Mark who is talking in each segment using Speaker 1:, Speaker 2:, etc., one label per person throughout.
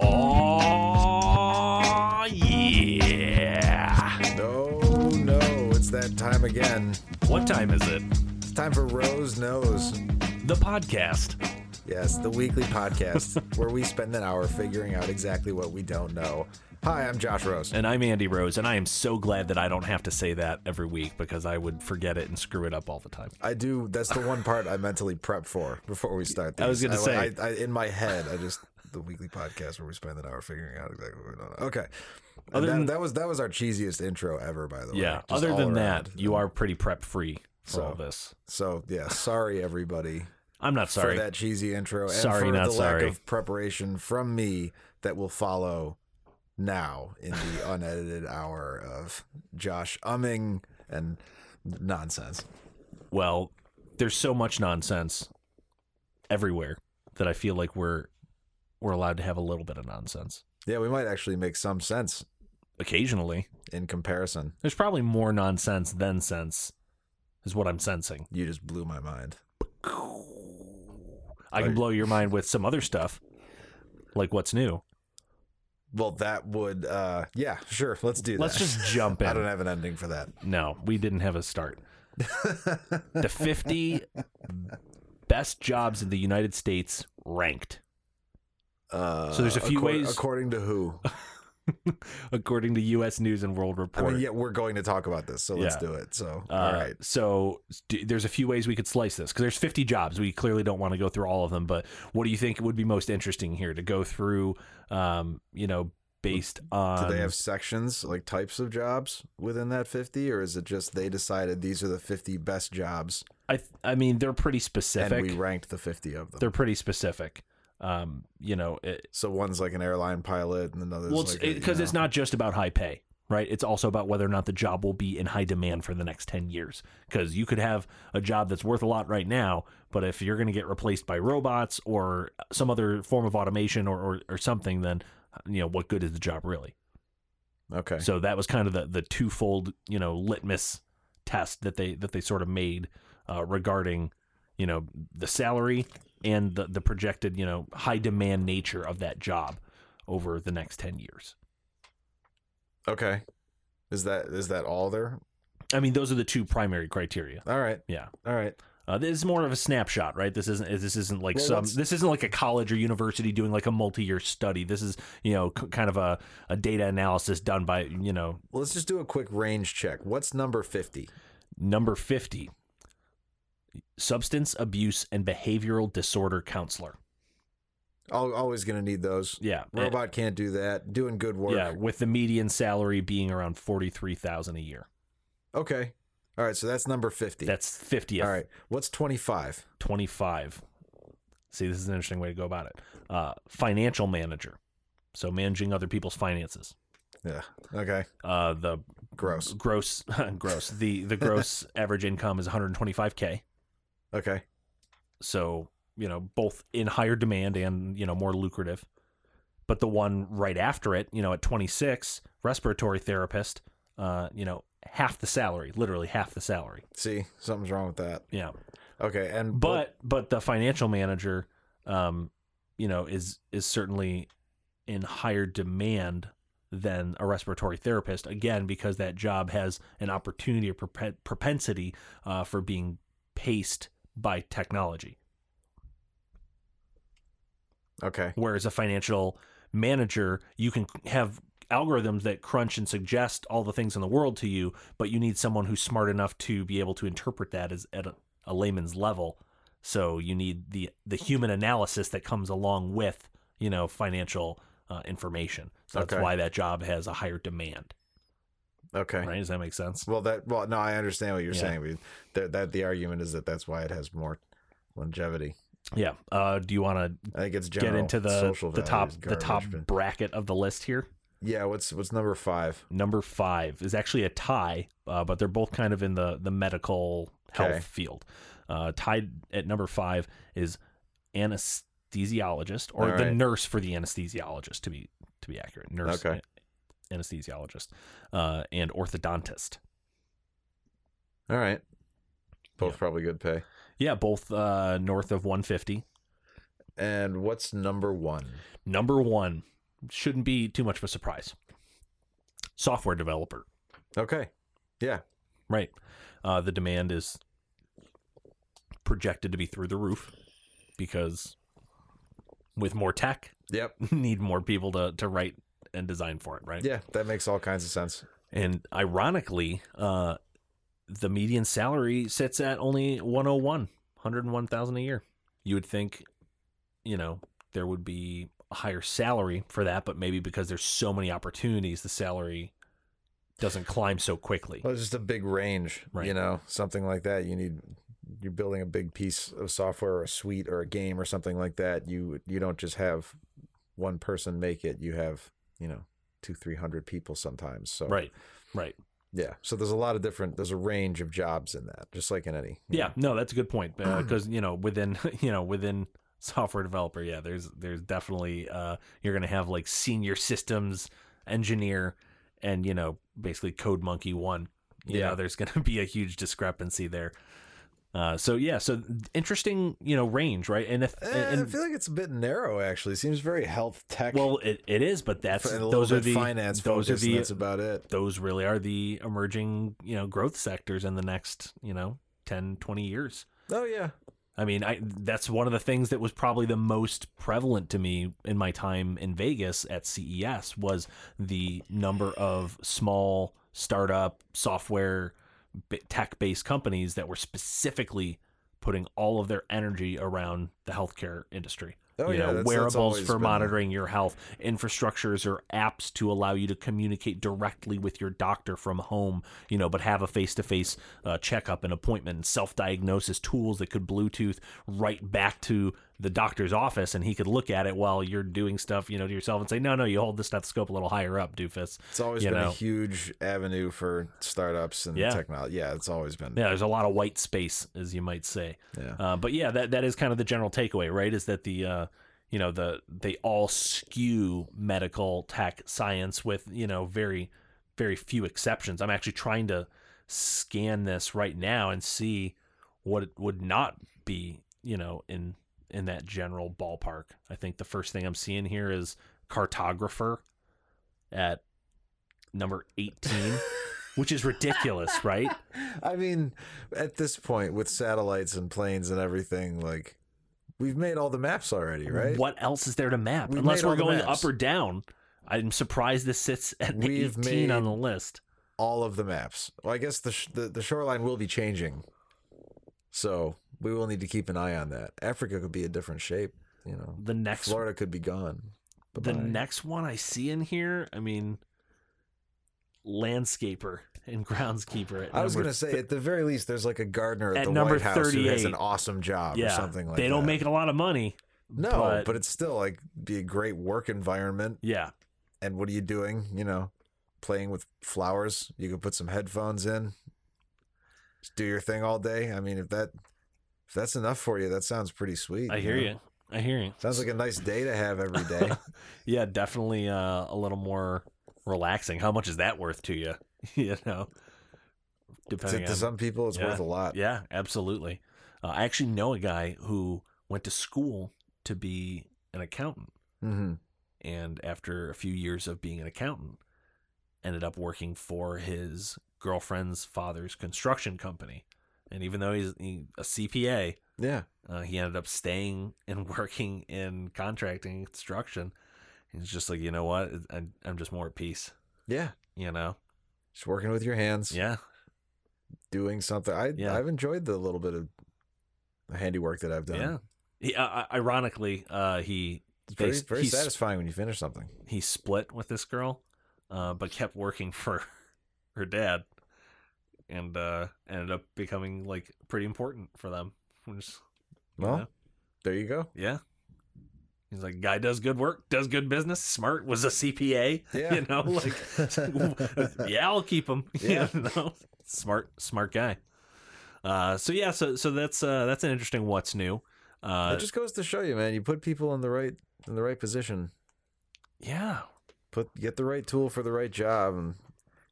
Speaker 1: Oh,
Speaker 2: again.
Speaker 1: What time is it?
Speaker 2: It's time for Rose Knows.
Speaker 1: The podcast.
Speaker 2: Yes, the weekly podcast where we spend an hour figuring out exactly what we don't know. Hi, I'm Josh Rose.
Speaker 1: And I'm Andy Rose, and I am so glad that I don't have to say that every week because I would forget it and screw it up all the time.
Speaker 2: I do. That's the one part I mentally prep for before we start. This.
Speaker 1: I was gonna say-
Speaker 2: I, I, in my head, I just the weekly podcast where we spend an hour figuring out exactly what we don't know. Okay. And
Speaker 1: Other
Speaker 2: that,
Speaker 1: than-
Speaker 2: that was that was our cheesiest intro ever, by the way.
Speaker 1: Yeah.
Speaker 2: Just
Speaker 1: Other
Speaker 2: all
Speaker 1: than
Speaker 2: around.
Speaker 1: that, you are pretty prep free for
Speaker 2: So.
Speaker 1: all this.
Speaker 2: So yeah, sorry everybody
Speaker 1: I'm not sorry.
Speaker 2: for that cheesy intro and
Speaker 1: Sorry,
Speaker 2: for
Speaker 1: not
Speaker 2: the
Speaker 1: sorry.
Speaker 2: lack of preparation from me that will follow now in the unedited hour of Josh umming and nonsense.
Speaker 1: Well, there's so much nonsense everywhere that I feel like we're we're allowed to have a little bit of nonsense
Speaker 2: Yeah, we might actually make some sense
Speaker 1: occasionally.
Speaker 2: in comparison.
Speaker 1: There's probably more nonsense than sense, is what I'm sensing.
Speaker 2: You just blew my mind.
Speaker 1: I
Speaker 2: Are
Speaker 1: can
Speaker 2: you-
Speaker 1: blow your mind with some other stuff, like what's new.
Speaker 2: Well, that would uh yeah, sure, let's do that.
Speaker 1: Let's just jump in.
Speaker 2: I don't have an ending for that.
Speaker 1: No, we didn't have a start. the 50 best jobs in the United States ranked
Speaker 2: Uh,
Speaker 1: So there's a few
Speaker 2: accor-
Speaker 1: ways-
Speaker 2: according to who?
Speaker 1: according to US News and World
Speaker 2: I
Speaker 1: Report.
Speaker 2: mean, yeah, we're going to talk about this, so let's
Speaker 1: Yeah.
Speaker 2: do it. So,
Speaker 1: Uh,
Speaker 2: all right.
Speaker 1: So d- there's a few ways we could slice this because there's 50 jobs. We clearly don't want to go through all of them, but what do you think would be most interesting here to go through? Um, you know, based on
Speaker 2: Do they have sections like types of jobs within that 50 or is it just they decided these are the 50 best jobs
Speaker 1: I th- I mean they're pretty specific.
Speaker 2: and we ranked the 50 of them?
Speaker 1: they're pretty specific. Um, you know, it,
Speaker 2: so one's like an airline pilot and another's
Speaker 1: well,
Speaker 2: like
Speaker 1: it's
Speaker 2: a, you
Speaker 1: because it's
Speaker 2: know-
Speaker 1: not just about high pay, right? It's also about whether or not the job will be in high demand for the next 10 years. Because you could have a job that's worth a lot right now, but if you're going to get replaced by robots or some other form of automation or, or, or something, then, you know, what good is the job really?
Speaker 2: Okay.
Speaker 1: So that was kind of the, the twofold, you know, litmus test that they that they sort of made uh, regarding, you know, the salary and the, the projected, you know, high demand nature of that job over the next 10 years.
Speaker 2: Okay. Is that is that all there?
Speaker 1: I mean, those are the two primary criteria.
Speaker 2: All right.
Speaker 1: Yeah.
Speaker 2: All right.
Speaker 1: Uh, this is more of a snapshot, right? This isn't. This isn't like
Speaker 2: Well,
Speaker 1: some.
Speaker 2: what's-
Speaker 1: This isn't like a college or university doing like a multi-year study. This is, you know, c- kind of a, a data analysis done by, you know,
Speaker 2: Well, let's just do a quick range check. What's number 50?
Speaker 1: number fifty, substance abuse and behavioral disorder counselor.
Speaker 2: Al always going to need those.
Speaker 1: Yeah, eh,
Speaker 2: Robot can't do that. Doing good work.
Speaker 1: yeah, with the median salary being around forty-three thousand a year.
Speaker 2: Okay. All right, so that's number 50.
Speaker 1: That's fiftieth.
Speaker 2: All right. What's 25?
Speaker 1: 25. See, this is an interesting way to go about it. Uh, financial manager. So managing other people's finances.
Speaker 2: Yeah. Okay.
Speaker 1: Uh, the
Speaker 2: Gross.
Speaker 1: gross gross the the gross average income is 125k.
Speaker 2: Okay.
Speaker 1: So, you know, both in higher demand and, you know, more lucrative. But the one right after it, you know, at 26, respiratory therapist, uh, you know, half the salary, literally half the salary.
Speaker 2: See, something's wrong with that.
Speaker 1: Yeah.
Speaker 2: Okay, and
Speaker 1: but but the financial manager um you know is is certainly in higher demand than a respiratory therapist again because that job has an opportunity or propen- propensity uh, for being paced by technology
Speaker 2: okay,
Speaker 1: whereas a financial manager you can have algorithms that crunch and suggest all the things in the world to you but you need someone who's smart enough to be able to interpret that as at a, a layman's level so you need the the human analysis that comes along with you know financial uh, information so that's
Speaker 2: Okay.
Speaker 1: why that job has a higher demand
Speaker 2: okay.
Speaker 1: right does that make sense
Speaker 2: Well, that well, no, I understand what you're
Speaker 1: Yeah.
Speaker 2: saying. But that that the argument is that that's why it has more longevity.
Speaker 1: yeah uh, do you want to
Speaker 2: I think it's
Speaker 1: get
Speaker 2: general
Speaker 1: into the
Speaker 2: social
Speaker 1: the top
Speaker 2: values
Speaker 1: the top
Speaker 2: garbage, but-
Speaker 1: bracket of the list here
Speaker 2: Yeah, what's what's number five?
Speaker 1: number five is actually a tie, uh, but they're both kind of in the the medical health
Speaker 2: Okay.
Speaker 1: field. Uh, tied at number five is anesthesiologist or
Speaker 2: All
Speaker 1: the
Speaker 2: right.
Speaker 1: nurse for the anesthesiologist to be to be accurate, nurse
Speaker 2: Okay.
Speaker 1: a- anesthesiologist uh, and orthodontist.
Speaker 2: All right, both
Speaker 1: Yeah.
Speaker 2: probably good pay.
Speaker 1: Yeah, both uh, north of 150.
Speaker 2: And what's number one?
Speaker 1: Number one shouldn't be too much of a surprise. Software developer,
Speaker 2: Okay, yeah,
Speaker 1: Right. Uh, the demand is projected to be through the roof because with more tech,
Speaker 2: Yep.
Speaker 1: need more people to, to write and design for it, right?
Speaker 2: Yeah, that makes all kinds of sense.
Speaker 1: And ironically, uh, the median salary sits at only 101, 101,000 a year. You would think, you know, there would be a higher salary for that, but maybe because there's so many opportunities, the salary doesn't climb so quickly.
Speaker 2: Well, it's just a big range,
Speaker 1: Right.
Speaker 2: you know, something like that. You need you're building a big piece of software or a suite or a game or something like that. You you don't just have one person make it. You have you know two three hundred people sometimes. So
Speaker 1: Right. Right.
Speaker 2: yeah. So there's a lot of different. There's a range of jobs in that, just like in any. you
Speaker 1: Yeah, no, that's a good point because you know within you know within software developer, yeah, there's there's definitely uh, you're gonna have like senior systems engineer and you know basically code monkey one. You
Speaker 2: Yeah.
Speaker 1: know, there's gonna be a huge discrepancy there. Uh, so yeah, so interesting, you know, range, right? And if
Speaker 2: know. Eh,
Speaker 1: and,
Speaker 2: I feel like it's a bit narrow. Actually, seems very health tech.
Speaker 1: well, it, it is, but that's
Speaker 2: and a little
Speaker 1: those are
Speaker 2: bit
Speaker 1: the
Speaker 2: finance.
Speaker 1: those are
Speaker 2: focused, and
Speaker 1: the
Speaker 2: That's about it.
Speaker 1: those really are the emerging you know growth sectors in the next you know 10, 20 years.
Speaker 2: Oh yeah.
Speaker 1: I mean, I that's one of the things that was probably the most prevalent to me in my time in Vegas at CES was the number of small startup software bi- tech-based companies that were specifically putting all of their energy around the healthcare industry.
Speaker 2: Oh
Speaker 1: you know,
Speaker 2: yeah. that's- that's
Speaker 1: wearables
Speaker 2: always
Speaker 1: for
Speaker 2: been there.
Speaker 1: monitoring your health, infrastructures or apps to allow you to communicate directly with your doctor from home, you know, but have a face to face checkup and appointment, self diagnosis tools that could Bluetooth right back to the doctor's office and he could look at it while you're doing stuff, you know, to yourself and say, no, no, you hold the stethoscope a little higher up, doofus.
Speaker 2: It's always
Speaker 1: you
Speaker 2: been
Speaker 1: know.
Speaker 2: a huge avenue for startups and
Speaker 1: Yeah.
Speaker 2: technology. Yeah, it's always been.
Speaker 1: Yeah, there's a lot of white space, as you might say.
Speaker 2: Yeah.
Speaker 1: Uh, but yeah, that that is kind of the general takeaway, right? Is that the uh, you know the they all skew medical tech science with you know very very few exceptions. I'm actually trying to scan this right now and see what it would not be you know in in that general ballpark. I think the first thing I'm seeing here is cartographer at number 18, which is ridiculous, right?
Speaker 2: I mean, at this point, with satellites and planes and everything, like we've made all the maps already, right?
Speaker 1: What else is there to map?
Speaker 2: We've
Speaker 1: Unless
Speaker 2: made
Speaker 1: we're
Speaker 2: all the
Speaker 1: going
Speaker 2: maps.
Speaker 1: up or down. I'm surprised this sits at
Speaker 2: We've
Speaker 1: 18 on
Speaker 2: made-
Speaker 1: the list.
Speaker 2: All of the maps. Well, I guess the, sh- the the shoreline will be changing, so we will need to keep an eye on that. Africa could be a different shape, you know.
Speaker 1: The next
Speaker 2: Florida could be gone.
Speaker 1: the
Speaker 2: Bye-bye.
Speaker 1: next one I see in here, I mean landscaper and groundskeeper. At
Speaker 2: I was
Speaker 1: number
Speaker 2: going to say,
Speaker 1: thir-
Speaker 2: at the very least, there's like a gardener at,
Speaker 1: At
Speaker 2: the
Speaker 1: number
Speaker 2: White House who has
Speaker 1: 38.
Speaker 2: an awesome job
Speaker 1: yeah,
Speaker 2: or something like that.
Speaker 1: They don't make a lot of money.
Speaker 2: No,
Speaker 1: but-
Speaker 2: but, it's still like be a great work environment.
Speaker 1: Yeah.
Speaker 2: And what are you doing? You know, playing with flowers. You can put some headphones in. Just do your thing all day. I mean, if that if that's enough for you, that sounds pretty sweet.
Speaker 1: I hear
Speaker 2: know?
Speaker 1: you. I hear you.
Speaker 2: Sounds like a nice day to have every day.
Speaker 1: Yeah, definitely uh, a little more relaxing. How much is that worth to you? you know.
Speaker 2: to,
Speaker 1: Depending
Speaker 2: to
Speaker 1: on
Speaker 2: some people, it's
Speaker 1: Yeah.
Speaker 2: worth a lot.
Speaker 1: Yeah, absolutely. Uh, I actually know a guy who went to school to be an accountant,
Speaker 2: hmm
Speaker 1: and after a few years of being an accountant, ended up working for his girlfriend's father's construction company. And even though he's he, a CPA,
Speaker 2: Yeah.
Speaker 1: uh, he ended up staying and working in contracting and construction. He's just like, you know what? I'm, I'm just more at peace.
Speaker 2: Yeah.
Speaker 1: You know?
Speaker 2: Just working with your hands,
Speaker 1: Yeah.
Speaker 2: doing something. I
Speaker 1: Yeah.
Speaker 2: I've enjoyed the little bit of handiwork that I've done.
Speaker 1: Yeah. He, uh, ironically, uh, he
Speaker 2: It's very,
Speaker 1: They-
Speaker 2: very
Speaker 1: he sp-
Speaker 2: satisfying when you finish something.
Speaker 1: he split with this girl, uh, but kept working for her dad, and uh, ended up becoming like pretty important for them. Which, you
Speaker 2: Well,
Speaker 1: know,
Speaker 2: there you go.
Speaker 1: yeah. He's like, guy does good work, does good business, smart, was a CPA.
Speaker 2: Yeah.
Speaker 1: You know, like, yeah, I'll keep him.
Speaker 2: Yeah.
Speaker 1: You know? Smart, smart guy. Uh, so yeah, so so that's uh, that's an interesting what's new. Uh,
Speaker 2: it just goes to show you, man. You put people in the right in the right position.
Speaker 1: yeah,
Speaker 2: Put get the right tool for the right job, and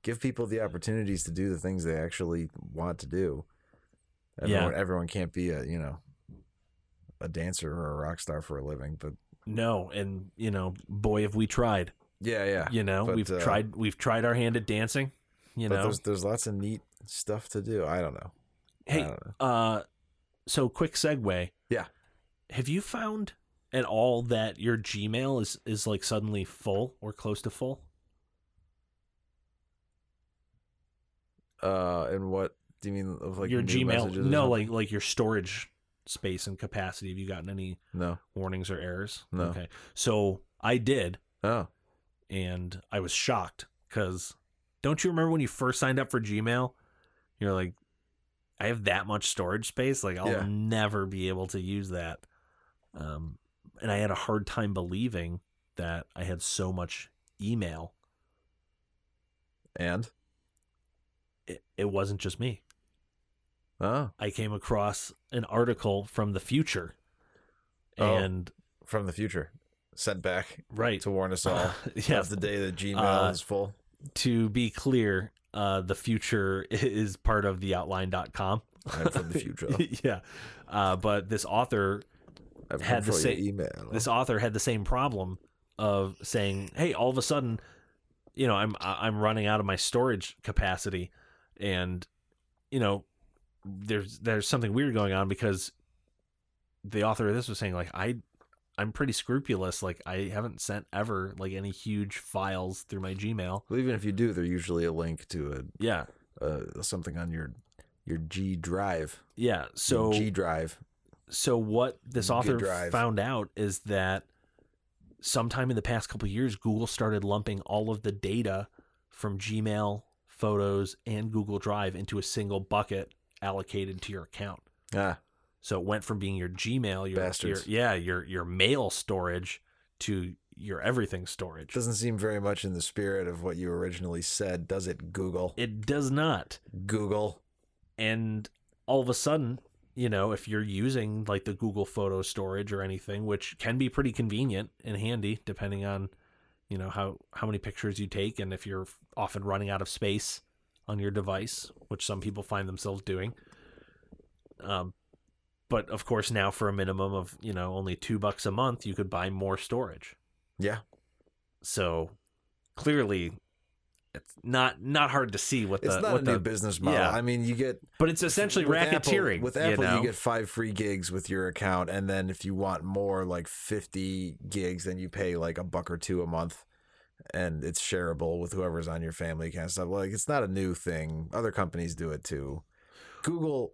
Speaker 2: give people the opportunities to do the things they actually want to do.
Speaker 1: Yeah.
Speaker 2: Everyone, everyone can't be a you know a dancer or a rock star for a living, but
Speaker 1: no, and you know, boy, have we tried.
Speaker 2: yeah, yeah.
Speaker 1: you know
Speaker 2: But,
Speaker 1: we've
Speaker 2: uh,
Speaker 1: tried we've tried our hand at dancing you
Speaker 2: but
Speaker 1: know
Speaker 2: there's there's lots of neat stuff to do. I don't know. I
Speaker 1: Hey,
Speaker 2: don't know.
Speaker 1: uh, so quick segue.
Speaker 2: Yeah.
Speaker 1: Have you found at all that your Gmail is is like suddenly full or close to full?
Speaker 2: Uh, and what do you mean of like
Speaker 1: your
Speaker 2: new
Speaker 1: Gmail,
Speaker 2: messages or
Speaker 1: no,
Speaker 2: something?
Speaker 1: like like your storage space and capacity. Have you gotten any
Speaker 2: no.
Speaker 1: warnings or errors?
Speaker 2: No.
Speaker 1: Okay, so I did,
Speaker 2: Oh,
Speaker 1: and I was shocked because don't you remember when you first signed up for Gmail? You're like, I have that much storage space. Like I'll
Speaker 2: Yeah.
Speaker 1: never be able to use that. Um, and I had a hard time believing that I had so much email.
Speaker 2: and
Speaker 1: It, it wasn't just me.
Speaker 2: oh,
Speaker 1: I came across an article from the future,
Speaker 2: Oh.
Speaker 1: and
Speaker 2: from the future, sent back
Speaker 1: right,
Speaker 2: to warn us all.
Speaker 1: yeah.
Speaker 2: of the day that Gmail
Speaker 1: Uh,
Speaker 2: is full.
Speaker 1: To be clear, uh, the future is part of the outline.com.
Speaker 2: I'm from the future.
Speaker 1: yeah. Uh, but this author
Speaker 2: I've
Speaker 1: Had
Speaker 2: had
Speaker 1: the
Speaker 2: the
Speaker 1: same-
Speaker 2: email.
Speaker 1: this author had the same problem of saying, "Hey, all of a sudden, you know, I'm I- I'm running out of my storage capacity, and you know, there's there's something weird going on because the author of this was saying like I I'm pretty scrupulous, like I haven't sent ever like any huge files through my Gmail.
Speaker 2: well, even if you do, they're usually a link to
Speaker 1: Yeah,
Speaker 2: a uh, something on your your G drive.
Speaker 1: yeah. So
Speaker 2: your G drive.
Speaker 1: so what this
Speaker 2: Good
Speaker 1: author
Speaker 2: drive.
Speaker 1: found out is that sometime in the past couple of years google started lumping all of the data from gmail photos and google drive into a single bucket allocated to your account
Speaker 2: Ah,
Speaker 1: so it went from being your gmail your, your
Speaker 2: Bastards.
Speaker 1: yeah your your mail storage to your everything storage
Speaker 2: doesn't seem very much in the spirit of what you originally said, does it? Google,
Speaker 1: it does not
Speaker 2: Google.
Speaker 1: and all of a sudden you know if you're using like the google photo storage or anything which can be pretty convenient and handy depending on you know how how many pictures you take and if you're often running out of space on your device which some people find themselves doing um but of course now for a minimum of you know only 2 bucks a month you could buy more storage
Speaker 2: Yeah.
Speaker 1: so clearly it's not not hard to see what the
Speaker 2: It's not
Speaker 1: Uh, what
Speaker 2: a
Speaker 1: the
Speaker 2: new business model.
Speaker 1: yeah.
Speaker 2: I mean, you get
Speaker 1: but it's essentially
Speaker 2: with Apple-
Speaker 1: racketeering.
Speaker 2: with Apple,
Speaker 1: you,
Speaker 2: you,
Speaker 1: know?
Speaker 2: get five free gigs with your account, and then if you want more, like fifty gigs, then you pay like a buck or two a month, and it's shareable with whoever's on your family account and stuff. Like it's not a new thing. Other companies do it too. Google,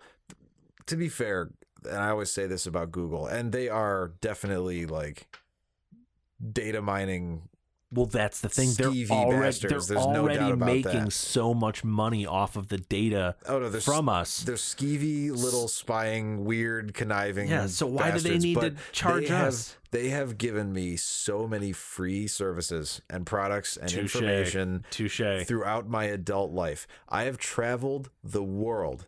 Speaker 2: to be fair, and I always say this about Google, and they are definitely like data mining.
Speaker 1: well, that's the thing. They're
Speaker 2: skeevy
Speaker 1: already, they're
Speaker 2: bastards. There's no
Speaker 1: already
Speaker 2: doubt about
Speaker 1: making
Speaker 2: that.
Speaker 1: so much money off of the data
Speaker 2: Oh no, there's
Speaker 1: from us.
Speaker 2: They're skeevy, little spying, weird, conniving.
Speaker 1: Yeah, so why do they
Speaker 2: bastards,
Speaker 1: need
Speaker 2: but
Speaker 1: to charge
Speaker 2: they have,
Speaker 1: us?
Speaker 2: They have given me so many free services and products and
Speaker 1: Touche.
Speaker 2: information
Speaker 1: Touche.
Speaker 2: throughout my adult life. I have traveled the world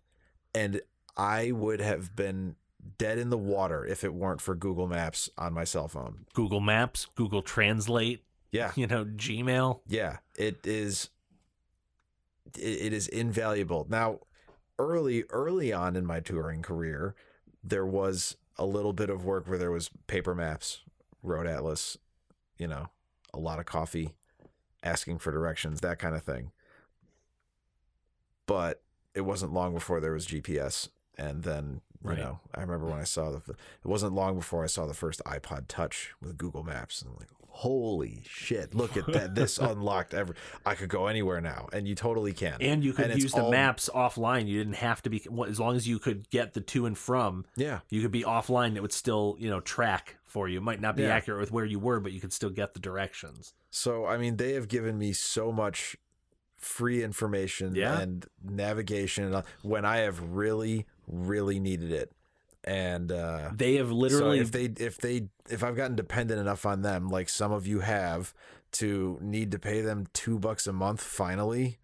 Speaker 2: and I would have been dead in the water if it weren't for Google Maps on my cell phone.
Speaker 1: Google Maps, Google Translate,
Speaker 2: Yeah.
Speaker 1: you know, Gmail.
Speaker 2: Yeah, it is. It, it is invaluable. Now, early early on in my touring career, there was a little bit of work where there was paper maps, road atlas, you know, a lot of coffee, asking for directions, that kind of thing. But it wasn't long before there was GPS, and then you
Speaker 1: Right.
Speaker 2: know, I remember when I saw the. It wasn't long before I saw the first iPod Touch with Google Maps, and I'm like, holy shit! Look at that! This unlocked every. I could go anywhere now, and you totally can.
Speaker 1: And you could
Speaker 2: And it's
Speaker 1: use the
Speaker 2: all-
Speaker 1: maps offline. You didn't have to be well, as long as you could get the to and from.
Speaker 2: yeah,
Speaker 1: You could be offline. It would still, you know, track for you. It might not be
Speaker 2: Yeah.
Speaker 1: accurate with where you were, but you could still get the directions.
Speaker 2: So I mean, they have given me so much free information
Speaker 1: Yeah.
Speaker 2: and navigation and- uh, when I have really, really needed it. And uh,
Speaker 1: They have
Speaker 2: so
Speaker 1: literally
Speaker 2: if they, if they, if I've gotten dependent enough on them, like some of you have, to need to pay them two bucks a month. Finally,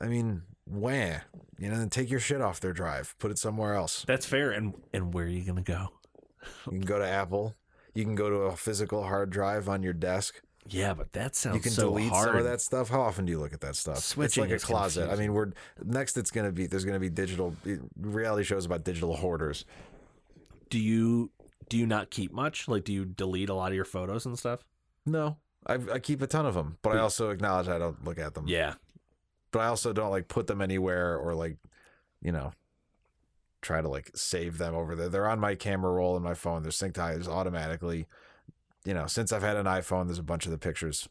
Speaker 2: I mean, wah, you know, then take your shit off their drive, put it somewhere else.
Speaker 1: That's fair. And and where are you gonna go?
Speaker 2: You can go to Apple. You can go to a physical hard drive on your desk.
Speaker 1: Yeah, but that sounds
Speaker 2: you can
Speaker 1: so
Speaker 2: delete
Speaker 1: hard.
Speaker 2: some of that stuff. How often do you look at that stuff?
Speaker 1: Switching
Speaker 2: it's like
Speaker 1: is
Speaker 2: a closet. I
Speaker 1: confusing.
Speaker 2: mean, we're next. It's gonna be there's gonna be digital reality shows about digital hoarders.
Speaker 1: Do you do you not keep much? Like, do you delete a lot of your photos and stuff?
Speaker 2: No, I, I keep a ton of Um, them, but I also acknowledge I don't look at them.
Speaker 1: Yeah,
Speaker 2: But I also don't like put them anywhere or like you know, try to like save them over there. They're on my camera roll in my phone. They're synced high. There's automatically, you know, since I've had an iPhone, there's a bunch of the pictures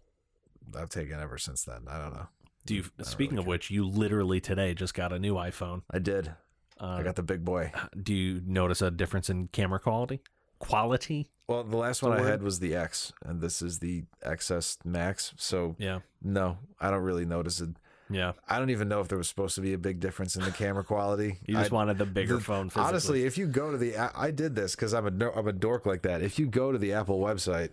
Speaker 2: I've taken ever since then. I don't know.
Speaker 1: Do you?
Speaker 2: I don't
Speaker 1: Speaking
Speaker 2: really
Speaker 1: of which, you literally today just got a new iPhone.
Speaker 2: I did.
Speaker 1: Uh,
Speaker 2: I got the big boy.
Speaker 1: do you notice a difference in camera quality? Quality?
Speaker 2: Well, the last
Speaker 1: the
Speaker 2: one I
Speaker 1: word?
Speaker 2: had was the X, and this is the XS Max. So
Speaker 1: Yeah,
Speaker 2: no, I don't really notice it.
Speaker 1: yeah.
Speaker 2: I don't even know if there was supposed to be a big difference in the camera quality.
Speaker 1: You just
Speaker 2: I-
Speaker 1: wanted the bigger
Speaker 2: the-
Speaker 1: phone. Physically.
Speaker 2: Honestly, if you go to the, I, I did this because I'm a no- I'm a dork like that. If you go to the Apple website,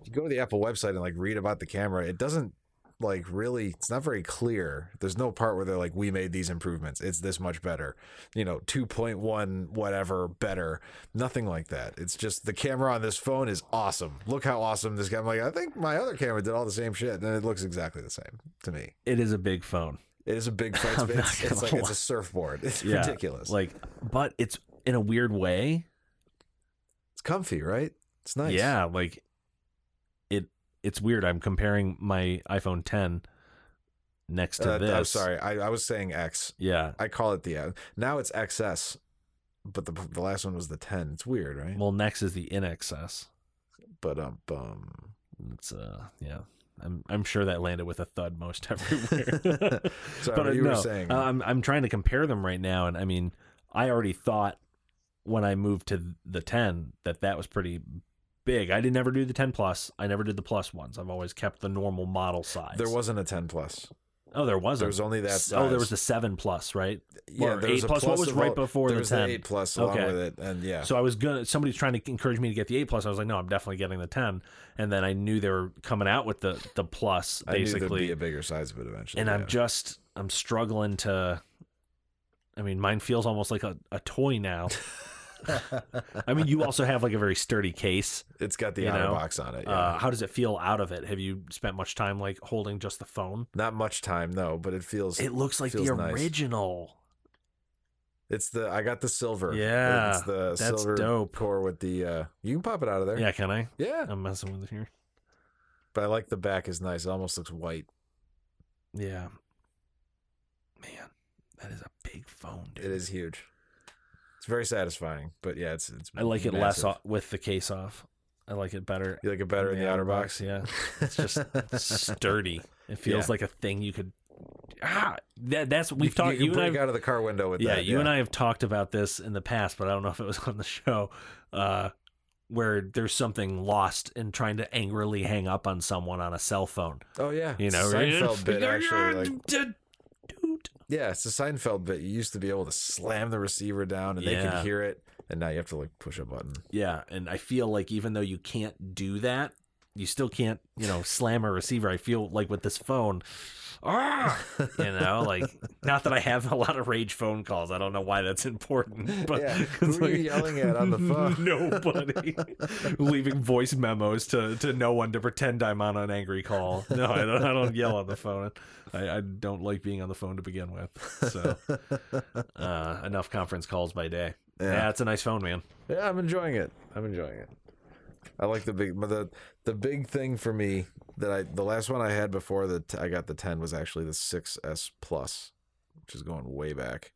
Speaker 2: if you go to the Apple website and like read about the camera, it doesn't like really. It's not very clear. There's no part where they're like, we made these improvements. It's this much better. You know, 2.1 whatever better. Nothing like that. It's just the camera on this phone is awesome. Look how awesome this guy. I'm like, I think my other camera did all the same shit, and it looks exactly the same to me.
Speaker 1: it is a big phone.
Speaker 2: It is a big fight.
Speaker 1: I'm not
Speaker 2: It's, it's
Speaker 1: gonna
Speaker 2: like it's
Speaker 1: lie.
Speaker 2: a surfboard. It's
Speaker 1: Yeah,
Speaker 2: ridiculous.
Speaker 1: Like, but it's in a weird way.
Speaker 2: It's comfy, right? It's nice. Uh,
Speaker 1: Yeah, like it. It's weird. I'm comparing my iPhone 10 next to
Speaker 2: Uh,
Speaker 1: this.
Speaker 2: I'm sorry. I, I was saying X.
Speaker 1: Yeah.
Speaker 2: I call it the uh, now it's XS, but the the last one was the 10. It's weird, right?
Speaker 1: Well, next is the NXS.
Speaker 2: but um, bum.
Speaker 1: It's uh, yeah. I'm I'm sure that landed with a thud most everywhere.
Speaker 2: Sorry,
Speaker 1: but uh,
Speaker 2: what you
Speaker 1: no,
Speaker 2: were saying.
Speaker 1: uh, I'm I'm trying to compare them right now, and I mean, I already thought when I moved to the 10 that that was pretty big. I did never do the 10 plus. I never did the plus ones. I've always kept the normal model size.
Speaker 2: there wasn't a 10 plus.
Speaker 1: oh, there wasn't.
Speaker 2: There was only that. Size.
Speaker 1: Oh, there was the seven plus, right?
Speaker 2: yeah.
Speaker 1: or
Speaker 2: There was
Speaker 1: eight
Speaker 2: a
Speaker 1: plus.
Speaker 2: plus.
Speaker 1: What was
Speaker 2: of
Speaker 1: right
Speaker 2: all-
Speaker 1: before
Speaker 2: there
Speaker 1: the
Speaker 2: was
Speaker 1: 10?
Speaker 2: The eight plus along
Speaker 1: Okay.
Speaker 2: with it, and yeah.
Speaker 1: So I was gonna. Somebody's trying to encourage me to get the eight plus. I was like, no, I'm definitely getting the ten. And then I knew they were coming out with the the plus,
Speaker 2: I knew there'd be
Speaker 1: basically.
Speaker 2: a bigger size of it eventually.
Speaker 1: and
Speaker 2: yeah.
Speaker 1: I'm just I'm struggling to. I mean, mine feels almost like a, a toy now. I mean, you also have like a very sturdy case.
Speaker 2: it's got the
Speaker 1: you
Speaker 2: outer
Speaker 1: know,
Speaker 2: box on it. Yeah.
Speaker 1: Uh, how does it feel out of it? Have you spent much time like holding just the phone?
Speaker 2: Not much time, no, but it feels.
Speaker 1: It looks like the
Speaker 2: feels nice.
Speaker 1: original.
Speaker 2: It's the I got the silver.
Speaker 1: Yeah,
Speaker 2: it's the
Speaker 1: that's
Speaker 2: silver
Speaker 1: dope.
Speaker 2: core with the. uh You can pop it out of there.
Speaker 1: Yeah, can I?
Speaker 2: yeah.
Speaker 1: I'm messing with it here.
Speaker 2: But I like the back is nice. It almost looks white.
Speaker 1: Yeah. Man, that is a big phone, dude.
Speaker 2: It is huge. It's very satisfying. But yeah, it's it's.
Speaker 1: I like it less
Speaker 2: massive.
Speaker 1: off, with the case off. I like it better.
Speaker 2: You like it better in the outer box.
Speaker 1: Yeah. It's just sturdy. It feels
Speaker 2: Yeah.
Speaker 1: like a thing you could Ah, that, that's we've talked
Speaker 2: You,
Speaker 1: you
Speaker 2: can
Speaker 1: and I
Speaker 2: break out of the car window with
Speaker 1: yeah,
Speaker 2: that.
Speaker 1: you and I have talked about this in the past, but I don't know if it was on the show, uh, where there's something lost in trying to angrily hang up on someone on a cell phone.
Speaker 2: Oh yeah.
Speaker 1: You know,
Speaker 2: Seinfeld bit actually. Like,
Speaker 1: Dude.
Speaker 2: yeah, it's a Seinfeld bit. You used to be able to slam the receiver down and they
Speaker 1: Yeah.
Speaker 2: could hear it, and now you have to like push a button.
Speaker 1: Yeah, and I feel like even though you can't do that, you still can't, you know, slam a receiver. I feel like with this phone, ah, you know, like not that I have a lot of rage phone calls. I don't know why that's important, but
Speaker 2: Yeah, who
Speaker 1: 'cause,
Speaker 2: are you yelling at on the phone?
Speaker 1: Nobody. Leaving voice memos to to no one to pretend I'm on an angry call. No, I don't. I don't yell on the phone. I, I don't like being on the phone to begin with. So uh, enough conference calls by day.
Speaker 2: Yeah.
Speaker 1: yeah, it's a nice phone, man.
Speaker 2: Yeah, I'm enjoying it. I'm enjoying it. I like the big, but the the big thing for me that I the last one I had before the t- I got the 10 was actually the 6s plus, which is going way back.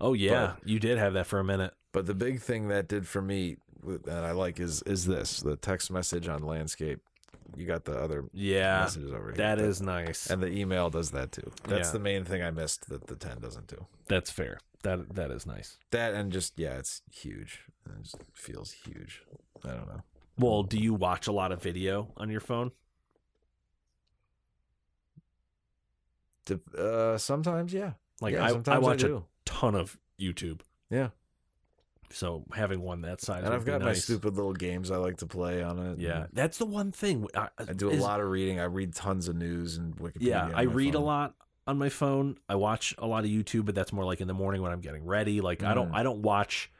Speaker 1: Oh yeah, you did have that for a minute.
Speaker 2: But the big thing that did for me w- that I like is is this the text message on landscape. You got the other
Speaker 1: Yeah,
Speaker 2: messages over here.
Speaker 1: that is nice.
Speaker 2: and the email does that too. That's
Speaker 1: Yeah.
Speaker 2: the main thing I missed that the 10 doesn't do.
Speaker 1: That's fair. That that is nice.
Speaker 2: That and just yeah, it's huge. It just feels huge. I don't know.
Speaker 1: Well, do you watch a lot of video on your phone?
Speaker 2: Dep- Uh, sometimes yeah.
Speaker 1: Like
Speaker 2: Yeah,
Speaker 1: I,
Speaker 2: sometimes
Speaker 1: I watch a
Speaker 2: do.
Speaker 1: ton of YouTube.
Speaker 2: Yeah.
Speaker 1: So having one that size,
Speaker 2: and
Speaker 1: would
Speaker 2: I've
Speaker 1: be
Speaker 2: got my
Speaker 1: nice.
Speaker 2: stupid little games I like to play on it.
Speaker 1: Yeah,
Speaker 2: And
Speaker 1: that's the one thing. I,
Speaker 2: I do a
Speaker 1: is-
Speaker 2: lot of reading. I read tons of news and Wikipedia.
Speaker 1: Yeah,
Speaker 2: on
Speaker 1: I
Speaker 2: my
Speaker 1: read
Speaker 2: phone.
Speaker 1: a lot on my phone. I watch a lot of YouTube, but that's more like in the morning when I'm getting ready. Like I don't,
Speaker 2: Mm.
Speaker 1: I don't watch,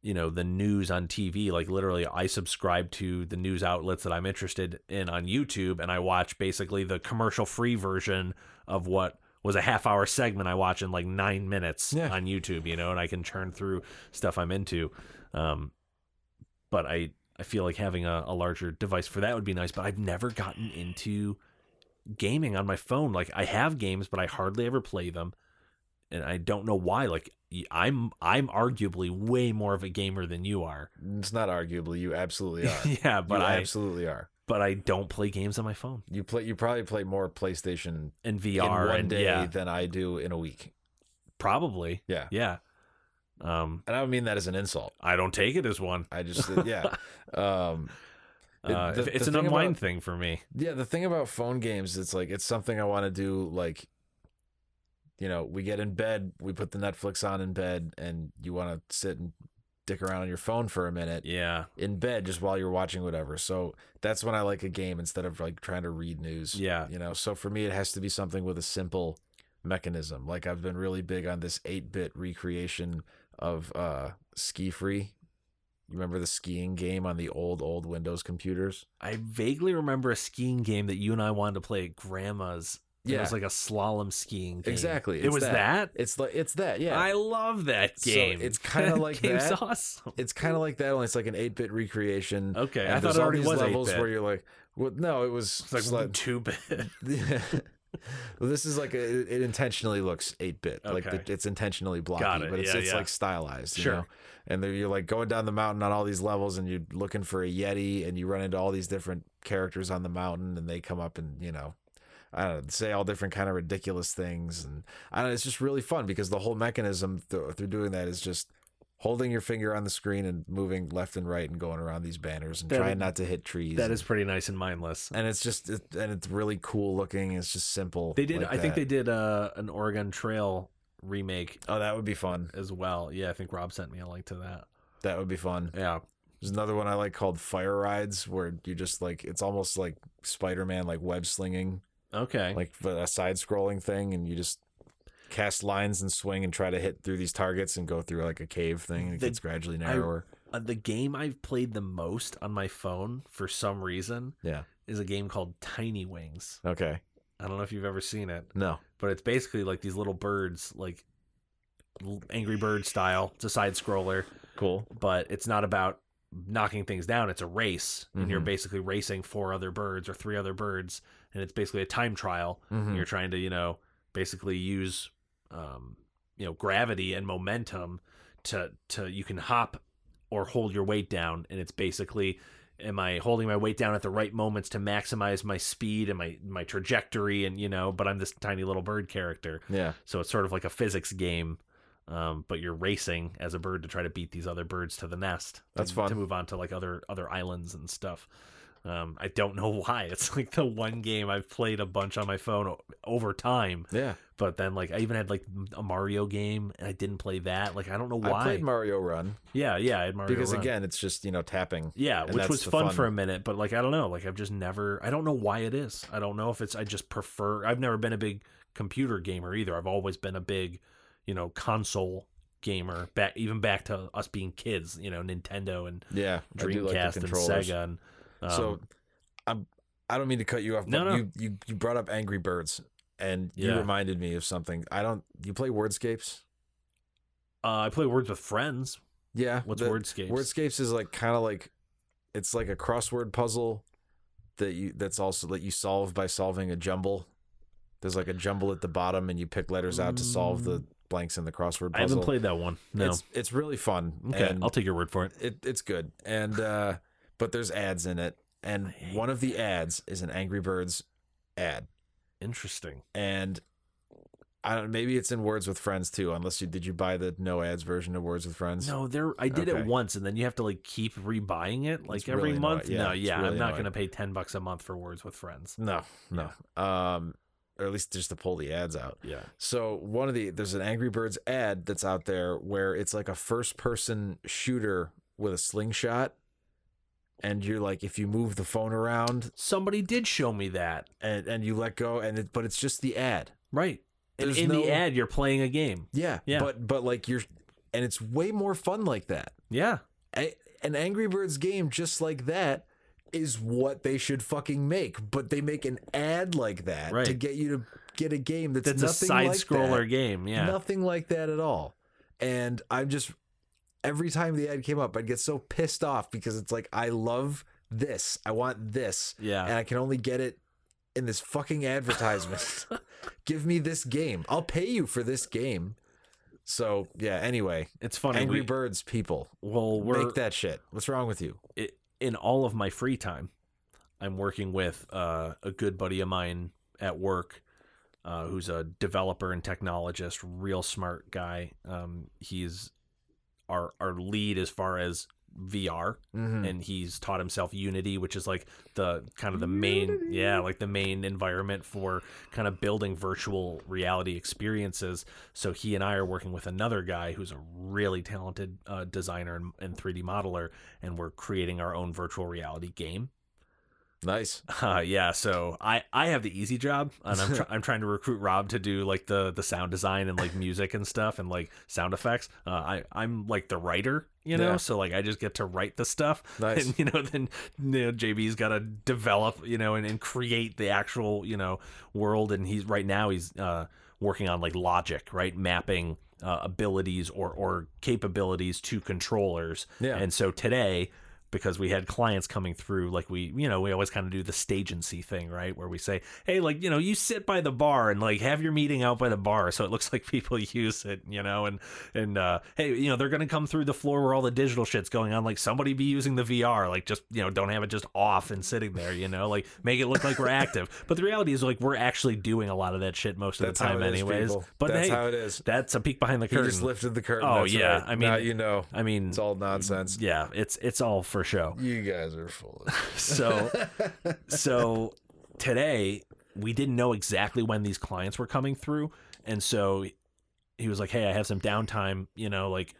Speaker 1: you know, the news on TV. Like literally, I subscribe to the news outlets that I'm interested in on YouTube, and I watch basically the commercial-free version of what was a half-hour segment I watch in like nine minutes
Speaker 2: Yeah.
Speaker 1: on YouTube. You know, and I can churn through stuff I'm into. Um, but I. I feel like having a, a larger device for that would be nice, but I've never gotten into gaming on my phone. Like I have games, but I hardly ever play them. and I don't know why. Like y- I'm I'm arguably way more of a gamer than you are.
Speaker 2: It's not arguably. You absolutely are.
Speaker 1: yeah, but
Speaker 2: you
Speaker 1: I
Speaker 2: absolutely are.
Speaker 1: but I don't play games on my phone
Speaker 2: You play. You probably play more PlayStation
Speaker 1: and
Speaker 2: in
Speaker 1: VR
Speaker 2: one
Speaker 1: and
Speaker 2: day
Speaker 1: yeah,
Speaker 2: than I do in a week.
Speaker 1: probably
Speaker 2: Yeah.
Speaker 1: yeah. Um,
Speaker 2: And I don't mean that as an insult.
Speaker 1: I don't take it as one.
Speaker 2: I just uh, yeah. Um, The-
Speaker 1: Uh,
Speaker 2: the-
Speaker 1: it's
Speaker 2: the
Speaker 1: an
Speaker 2: thing
Speaker 1: unwind
Speaker 2: about-
Speaker 1: thing for me.
Speaker 2: Yeah, the thing about phone games, it's like it's something I want to do. Like, you know, we get in bed, we put the Netflix on in bed, and you want to sit and dick around on your phone for a minute
Speaker 1: Yeah,
Speaker 2: in bed just while you're watching whatever. So that's when I like a game instead of like trying to read news.
Speaker 1: yeah.
Speaker 2: You know, so for me, it has to be something with a simple mechanism. Like I've been really big on this 8 bit recreation of uh, Ski Free. You remember the skiing game on the old, old Windows computers?
Speaker 1: I vaguely remember a skiing game that you and I wanted to play at Grandma's. Yeah, it was like a slalom skiing game.
Speaker 2: Exactly,
Speaker 1: it
Speaker 2: it's
Speaker 1: was
Speaker 2: that.
Speaker 1: that.
Speaker 2: It's like it's that, yeah.
Speaker 1: I love that
Speaker 2: So
Speaker 1: game.
Speaker 2: it's kinda
Speaker 1: That
Speaker 2: like
Speaker 1: game's
Speaker 2: that.
Speaker 1: awesome.
Speaker 2: it's kind of like that. Only it's like an eight bit recreation.
Speaker 1: Okay,
Speaker 2: And
Speaker 1: I
Speaker 2: there's
Speaker 1: thought it
Speaker 2: all
Speaker 1: already
Speaker 2: these
Speaker 1: was
Speaker 2: levels
Speaker 1: eight
Speaker 2: where you're like, well, no, it was
Speaker 1: It's like,
Speaker 2: just like-
Speaker 1: too bad.
Speaker 2: well, this is like a, it intentionally looks eight bit, like
Speaker 1: Okay.
Speaker 2: the, it's intentionally blocky,
Speaker 1: Got it.
Speaker 2: but it's,
Speaker 1: Yeah,
Speaker 2: it's
Speaker 1: yeah.
Speaker 2: like stylized, you
Speaker 1: Sure.
Speaker 2: know. And then you're like going down the mountain on all these levels, and you're looking for a yeti, and you run into all these different characters on the mountain, and they come up and you know. I don't know, say all different kind of ridiculous things, and I don't know, it's just really fun because the whole mechanism th- through doing that is just holding your finger on the screen and moving left and right and going around these banners and
Speaker 1: That-
Speaker 2: trying not to hit trees.
Speaker 1: that
Speaker 2: and-
Speaker 1: is pretty nice and mindless.
Speaker 2: and it's just it, and it's really cool looking. It's just simple.
Speaker 1: They did.
Speaker 2: like
Speaker 1: I think they
Speaker 2: that.
Speaker 1: did uh, an Oregon Trail remake
Speaker 2: Oh, that would be fun.
Speaker 1: as well. Yeah, I think Rob sent me a link to that.
Speaker 2: That would be fun.
Speaker 1: Yeah,
Speaker 2: There's another one I like called Fire Rides, where you just like it's almost like Spider Man, like web slinging,
Speaker 1: okay.
Speaker 2: like but a side scrolling thing, and you just cast lines and swing and try to hit through these targets and go through like a cave thing. And it
Speaker 1: The-
Speaker 2: gets gradually
Speaker 1: I-
Speaker 2: narrower.
Speaker 1: Uh, the game I've played the most on my phone for some reason
Speaker 2: Yeah.
Speaker 1: is a game called Tiny Wings.
Speaker 2: okay.
Speaker 1: I don't know if you've ever seen it,
Speaker 2: No.
Speaker 1: but it's basically like these little birds, like l- Angry Bird style. It's a side scroller,
Speaker 2: Cool.
Speaker 1: but it's not about knocking things down. It's a race, and you're
Speaker 2: Mhm.
Speaker 1: basically racing four other birds or three other birds, and it's basically a time trial.
Speaker 2: Mm-hmm.
Speaker 1: and you're trying to you know basically use um, you know gravity and momentum to to you can hop or hold your weight down and it's basically am i holding my weight down at the right moments to maximize my speed and my my trajectory and you know but i'm this tiny little bird character
Speaker 2: Yeah.
Speaker 1: so it's sort of like a physics game um, but you're racing as a bird to try to beat these other birds to the nest to-
Speaker 2: That's fun.
Speaker 1: to move on to like other other islands and stuff um, i don't know why it's like the one game i've played a bunch on my phone o- over time
Speaker 2: Yeah.
Speaker 1: but then like i even had like a mario game and i didn't play that like i don't know why
Speaker 2: I played Mario Run
Speaker 1: yeah yeah i had mario
Speaker 2: because
Speaker 1: Run.
Speaker 2: again, it's just you know tapping.
Speaker 1: yeah,
Speaker 2: and
Speaker 1: which
Speaker 2: that's
Speaker 1: was
Speaker 2: the
Speaker 1: fun,
Speaker 2: fun.
Speaker 1: for a minute, but like I don't know, like I've just never I don't know why it is. I don't know if it's I just prefer I've never been a big computer gamer either. I've always been a big, you know, console gamer back even back to us being kids, you know, Nintendo and
Speaker 2: Yeah. I do like the
Speaker 1: Dreamcast and
Speaker 2: controllers.
Speaker 1: Sega and um,
Speaker 2: so I'm I don't mean to cut you off, but
Speaker 1: No, no.
Speaker 2: You, you you brought up Angry Birds and you
Speaker 1: Yeah.
Speaker 2: reminded me of something. I don't you play Wordscapes?
Speaker 1: uh, I play Words with Friends.
Speaker 2: Yeah.
Speaker 1: What's
Speaker 2: the-
Speaker 1: Wordscapes?
Speaker 2: Wordscapes is like kind of like it's like a crossword puzzle that you that's also that you solve by solving a jumble. There's like a jumble at the bottom and you pick letters out to solve the blanks in the crossword puzzle.
Speaker 1: Mm. I haven't played that one. No.
Speaker 2: It's it's really fun.
Speaker 1: okay,
Speaker 2: and
Speaker 1: I'll take your word for it.
Speaker 2: it it's good and uh but there's ads in it
Speaker 1: I
Speaker 2: and
Speaker 1: hate
Speaker 2: one of the ads is an Angry Birds ad
Speaker 1: Interesting.
Speaker 2: and I don't maybe it's in Words with Friends too. Unless you did you buy the no ads version of Words with Friends?
Speaker 1: No, there I did it
Speaker 2: Okay.
Speaker 1: once and then you have to like keep rebuying it like
Speaker 2: It's
Speaker 1: every
Speaker 2: really
Speaker 1: month.
Speaker 2: annoying. Yeah,
Speaker 1: no,
Speaker 2: it's
Speaker 1: yeah,
Speaker 2: really
Speaker 1: I'm not
Speaker 2: annoying.
Speaker 1: going to pay 10 bucks a month for Words with Friends.
Speaker 2: no, no. Um, or at least just to pull the ads out.
Speaker 1: Yeah.
Speaker 2: So one of the there's an Angry Birds ad that's out there where it's like a first person shooter with a slingshot, and you're like if you move the phone around
Speaker 1: Somebody did show me that.
Speaker 2: and and you let go and it but it's just the ad.
Speaker 1: Right. And
Speaker 2: There's
Speaker 1: in
Speaker 2: no-
Speaker 1: the ad, you're playing a game.
Speaker 2: Yeah,
Speaker 1: Yeah.
Speaker 2: But but like you're and it's way more fun like that.
Speaker 1: Yeah.
Speaker 2: a, an Angry Birds game just like that is what they should fucking make, but they make an ad like that to
Speaker 1: Right.
Speaker 2: get you to get a game that's,
Speaker 1: That's a
Speaker 2: nothing
Speaker 1: side
Speaker 2: like
Speaker 1: scroller
Speaker 2: that.
Speaker 1: game. Yeah.
Speaker 2: Nothing like that at all. And I'm just every time the ad came up, I'd get so pissed off because it's like I love this. I want this
Speaker 1: Yeah.
Speaker 2: and I can only get it in this fucking advertisement. Give me this game. I'll pay you for this game. So yeah. Anyway,
Speaker 1: It's funny.
Speaker 2: Angry
Speaker 1: we-
Speaker 2: Birds people,
Speaker 1: well, we're
Speaker 2: make that shit. What's wrong with you?
Speaker 1: i- in all of my free time, I'm working with uh, a good buddy of mine at work uh, who's a developer and technologist, real smart guy. Um, he's our our lead as far as VR,
Speaker 2: Mhm.
Speaker 1: and he's taught himself Unity, which is like the kind of the main, yeah, like the main environment for kind of building virtual reality experiences. So he and I are working with another guy who's a really talented uh, designer and, and 3D modeler, and we're creating our own virtual reality game.
Speaker 2: nice.
Speaker 1: Uh, yeah, so I I have the easy job, and I'm try I'm trying to recruit Rob to do like the the sound design and like music and stuff and like sound effects. Uh, I I'm like the writer, you know,
Speaker 2: Yeah.
Speaker 1: so like I just get to write the stuff,
Speaker 2: Nice.
Speaker 1: and you know then you know, JB's got to develop, you know, and, and create the actual you know world, and he's right now he's uh working on like logic, right, mapping uh, abilities or or capabilities to controllers,
Speaker 2: Yeah.
Speaker 1: and so today, because we had clients coming through, like we, you know, we always kind of do the stagency thing, right? Where we say, hey, like, you know, you sit by the bar and like have your meeting out by the bar. So it looks like people use it, you know, and, and, uh, hey, you know, they're going to come through the floor where all the digital shit's going on. Like somebody be using the VR, like just, you know, don't have it just off and sitting there, you know, like make it look like we're active. But the reality is, like, we're actually doing a lot of that shit most of
Speaker 2: That's
Speaker 1: the
Speaker 2: how
Speaker 1: time,
Speaker 2: it is,
Speaker 1: anyways.
Speaker 2: people.
Speaker 1: But
Speaker 2: that's
Speaker 1: hey,
Speaker 2: how it is.
Speaker 1: that's a peek behind the
Speaker 2: He
Speaker 1: curtain.
Speaker 2: just lifted the curtain.
Speaker 1: Oh,
Speaker 2: that's
Speaker 1: yeah,
Speaker 2: right.
Speaker 1: I mean-
Speaker 2: now you know
Speaker 1: I mean,
Speaker 2: it's all nonsense.
Speaker 1: yeah, it's it's all for show.
Speaker 2: You guys are full. Of
Speaker 1: So so today we didn't know exactly when these clients were coming through, and so he was like, "Hey, I have some downtime. You know, like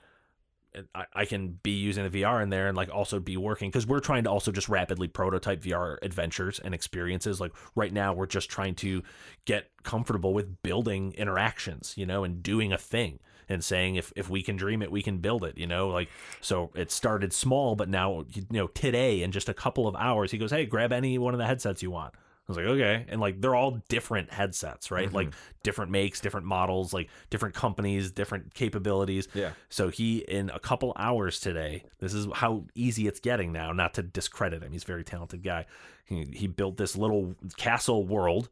Speaker 1: I, I can be using the VR in there and like also be working because we're trying to also just rapidly prototype VR adventures and experiences. Like right now, we're just trying to get comfortable with building interactions, you know, and doing a thing." And saying if, if we can dream it, we can build it, you know, like so it started small, but now you know today in just a couple of hours, he goes, "Hey, grab any one of the headsets you want." I was like, "Okay," and like they're all different headsets, right? Like different makes, different models, like different companies, different capabilities.
Speaker 2: Yeah.
Speaker 1: So he in a couple hours today, this is how easy it's getting now. Not to discredit him, he's a very talented guy. He, he built this little castle world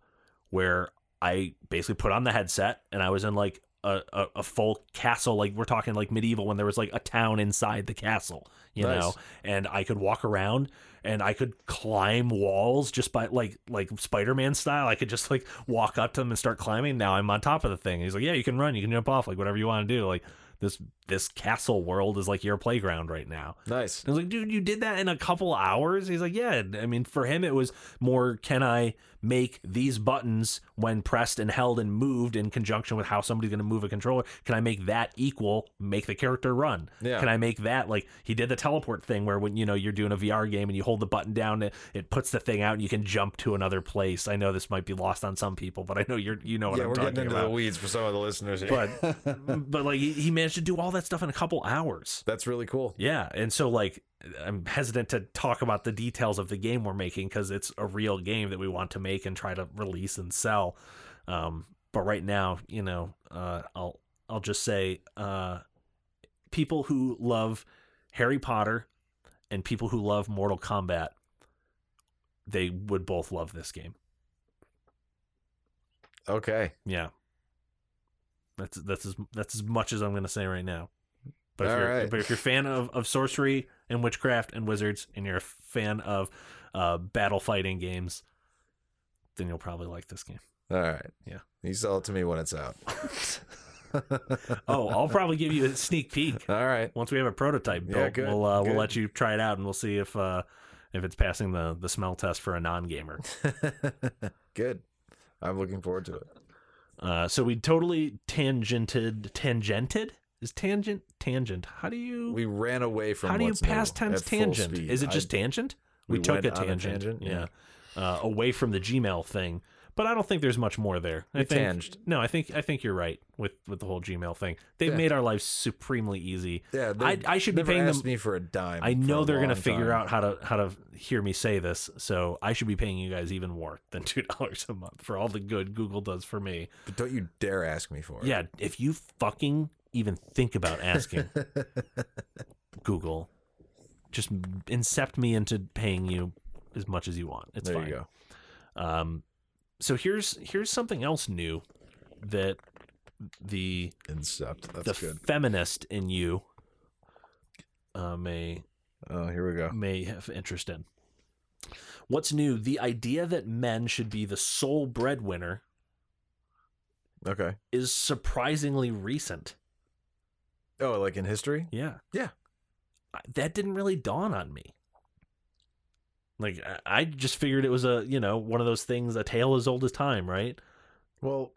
Speaker 1: where I basically put on the headset and I was in like a, a, a full castle. Like we're talking like medieval when there was like a town inside the castle, you
Speaker 2: Nice.
Speaker 1: know, and I could walk around and I could climb walls just by like, like Spider-Man style. I could just like walk up to them and start climbing. Now I'm on top of the thing. He's like, yeah, you can run, you can jump off, like whatever you want to do. Like this, this castle world is like your playground right now.
Speaker 2: nice.
Speaker 1: I was like, dude, you did that in a couple hours? He's like, yeah. I mean, for him, it was more can I make these buttons when pressed and held and moved in conjunction with how somebody's going to move a controller? Can I make that equal, make the character run?
Speaker 2: Yeah.
Speaker 1: Can I make that like he did the teleport thing where when you know you're doing a VR game and you hold the button down, it, it puts the thing out and you can jump to another place. I know this might be lost on some people, but I know you're you know what
Speaker 2: yeah,
Speaker 1: I'm
Speaker 2: we're
Speaker 1: talking
Speaker 2: getting into
Speaker 1: about.
Speaker 2: the weeds for some of the listeners here.
Speaker 1: but but like he, he managed to do all that stuff in a couple hours.
Speaker 2: that's really cool.
Speaker 1: Yeah, and so like I'm hesitant to talk about the details of the game we're making because it's a real game that we want to make and try to release and sell. Um, but right now, you know, uh, I'll I'll just say uh, people who love Harry Potter and people who love Mortal Kombat, they would both love this game.
Speaker 2: Okay.
Speaker 1: Yeah, that's that's as that's as much as I'm gonna say right now. But if,
Speaker 2: All
Speaker 1: you're,
Speaker 2: right.
Speaker 1: but if you're a fan of, of sorcery and witchcraft and wizards, and you're a fan of uh, battle fighting games, then you'll probably like this game.
Speaker 2: All right.
Speaker 1: Yeah.
Speaker 2: You sell it to me when it's out.
Speaker 1: Oh, I'll probably give you a sneak peek
Speaker 2: All right.
Speaker 1: once we have a prototype
Speaker 2: Yeah,
Speaker 1: built.
Speaker 2: good,
Speaker 1: we'll uh,
Speaker 2: good.
Speaker 1: we'll let you try it out, and we'll see if uh, if it's passing the the smell test for a non gamer.
Speaker 2: Good. I'm looking forward to it.
Speaker 1: Uh, so we totally tangented tangented is tangent tangent. How do you
Speaker 2: We ran away from
Speaker 1: How do you
Speaker 2: what's new
Speaker 1: pass tense
Speaker 2: at full
Speaker 1: tangent?
Speaker 2: speed.
Speaker 1: Is it
Speaker 2: I-
Speaker 1: just tangent? We,
Speaker 2: we
Speaker 1: took
Speaker 2: went
Speaker 1: a
Speaker 2: on a
Speaker 1: tangent,
Speaker 2: tangent,
Speaker 1: yeah, Uh, away from the Gmail thing. But I don't think there's much more there. I think
Speaker 2: tanged.
Speaker 1: no, I think I think you're right with with the whole Gmail thing. They've
Speaker 2: Yeah.
Speaker 1: made our lives supremely easy.
Speaker 2: yeah, they
Speaker 1: I, I should be
Speaker 2: never
Speaker 1: paying them.
Speaker 2: asked me for a dime.
Speaker 1: I know they're
Speaker 2: going to
Speaker 1: gonna figure out how to how to hear me say this, so I should be paying you guys even more than two dollars a month for all the good Google does for me.
Speaker 2: But don't you dare ask me for it.
Speaker 1: Yeah, if you fucking even think about asking Google, just incept me into paying you as much as you want. It's
Speaker 2: there
Speaker 1: fine.
Speaker 2: you go.
Speaker 1: Um, so here's here's something else new that the
Speaker 2: Incept. That's
Speaker 1: the
Speaker 2: good.
Speaker 1: feminist in you uh, may
Speaker 2: Oh, here we go.
Speaker 1: may have interest in. What's new? The idea that men should be the sole breadwinner
Speaker 2: Okay.
Speaker 1: is surprisingly recent.
Speaker 2: Oh, like in history?
Speaker 1: Yeah.
Speaker 2: Yeah.
Speaker 1: I- That didn't really dawn on me. Like I- I just figured it was a, you know, one of those things a tale as old as time, right?
Speaker 2: Well,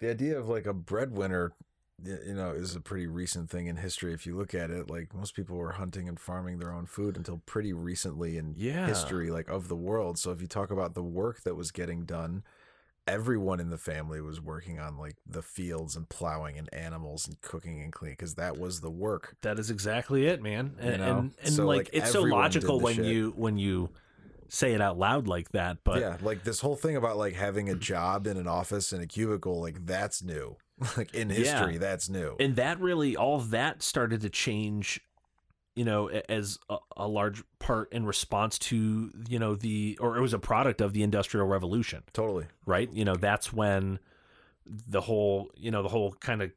Speaker 2: the idea of like a breadwinner, y- you know, is a pretty recent thing in history. If you look at it, like most people were hunting and farming their own food until pretty recently in
Speaker 1: Yeah.
Speaker 2: history, like of the world. So if you talk about the work that was getting done, everyone in the family was working on like the fields and plowing and animals and cooking and cleaning because that was the work.
Speaker 1: That is exactly it, man.
Speaker 2: You
Speaker 1: And
Speaker 2: know?
Speaker 1: and, and
Speaker 2: So,
Speaker 1: like,
Speaker 2: like,
Speaker 1: it's so
Speaker 2: everyone did
Speaker 1: logical
Speaker 2: the
Speaker 1: when
Speaker 2: shit.
Speaker 1: you when you say it out loud like that, but
Speaker 2: yeah, like this whole thing about like having a job in an office in a cubicle, like that's new. Like in
Speaker 1: Yeah.
Speaker 2: history, that's new.
Speaker 1: and that really all of that started to change you know a- as a, a large part in response to you know the or it was a product of the industrial revolution
Speaker 2: totally.
Speaker 1: right you know that's when the whole you know the whole kind of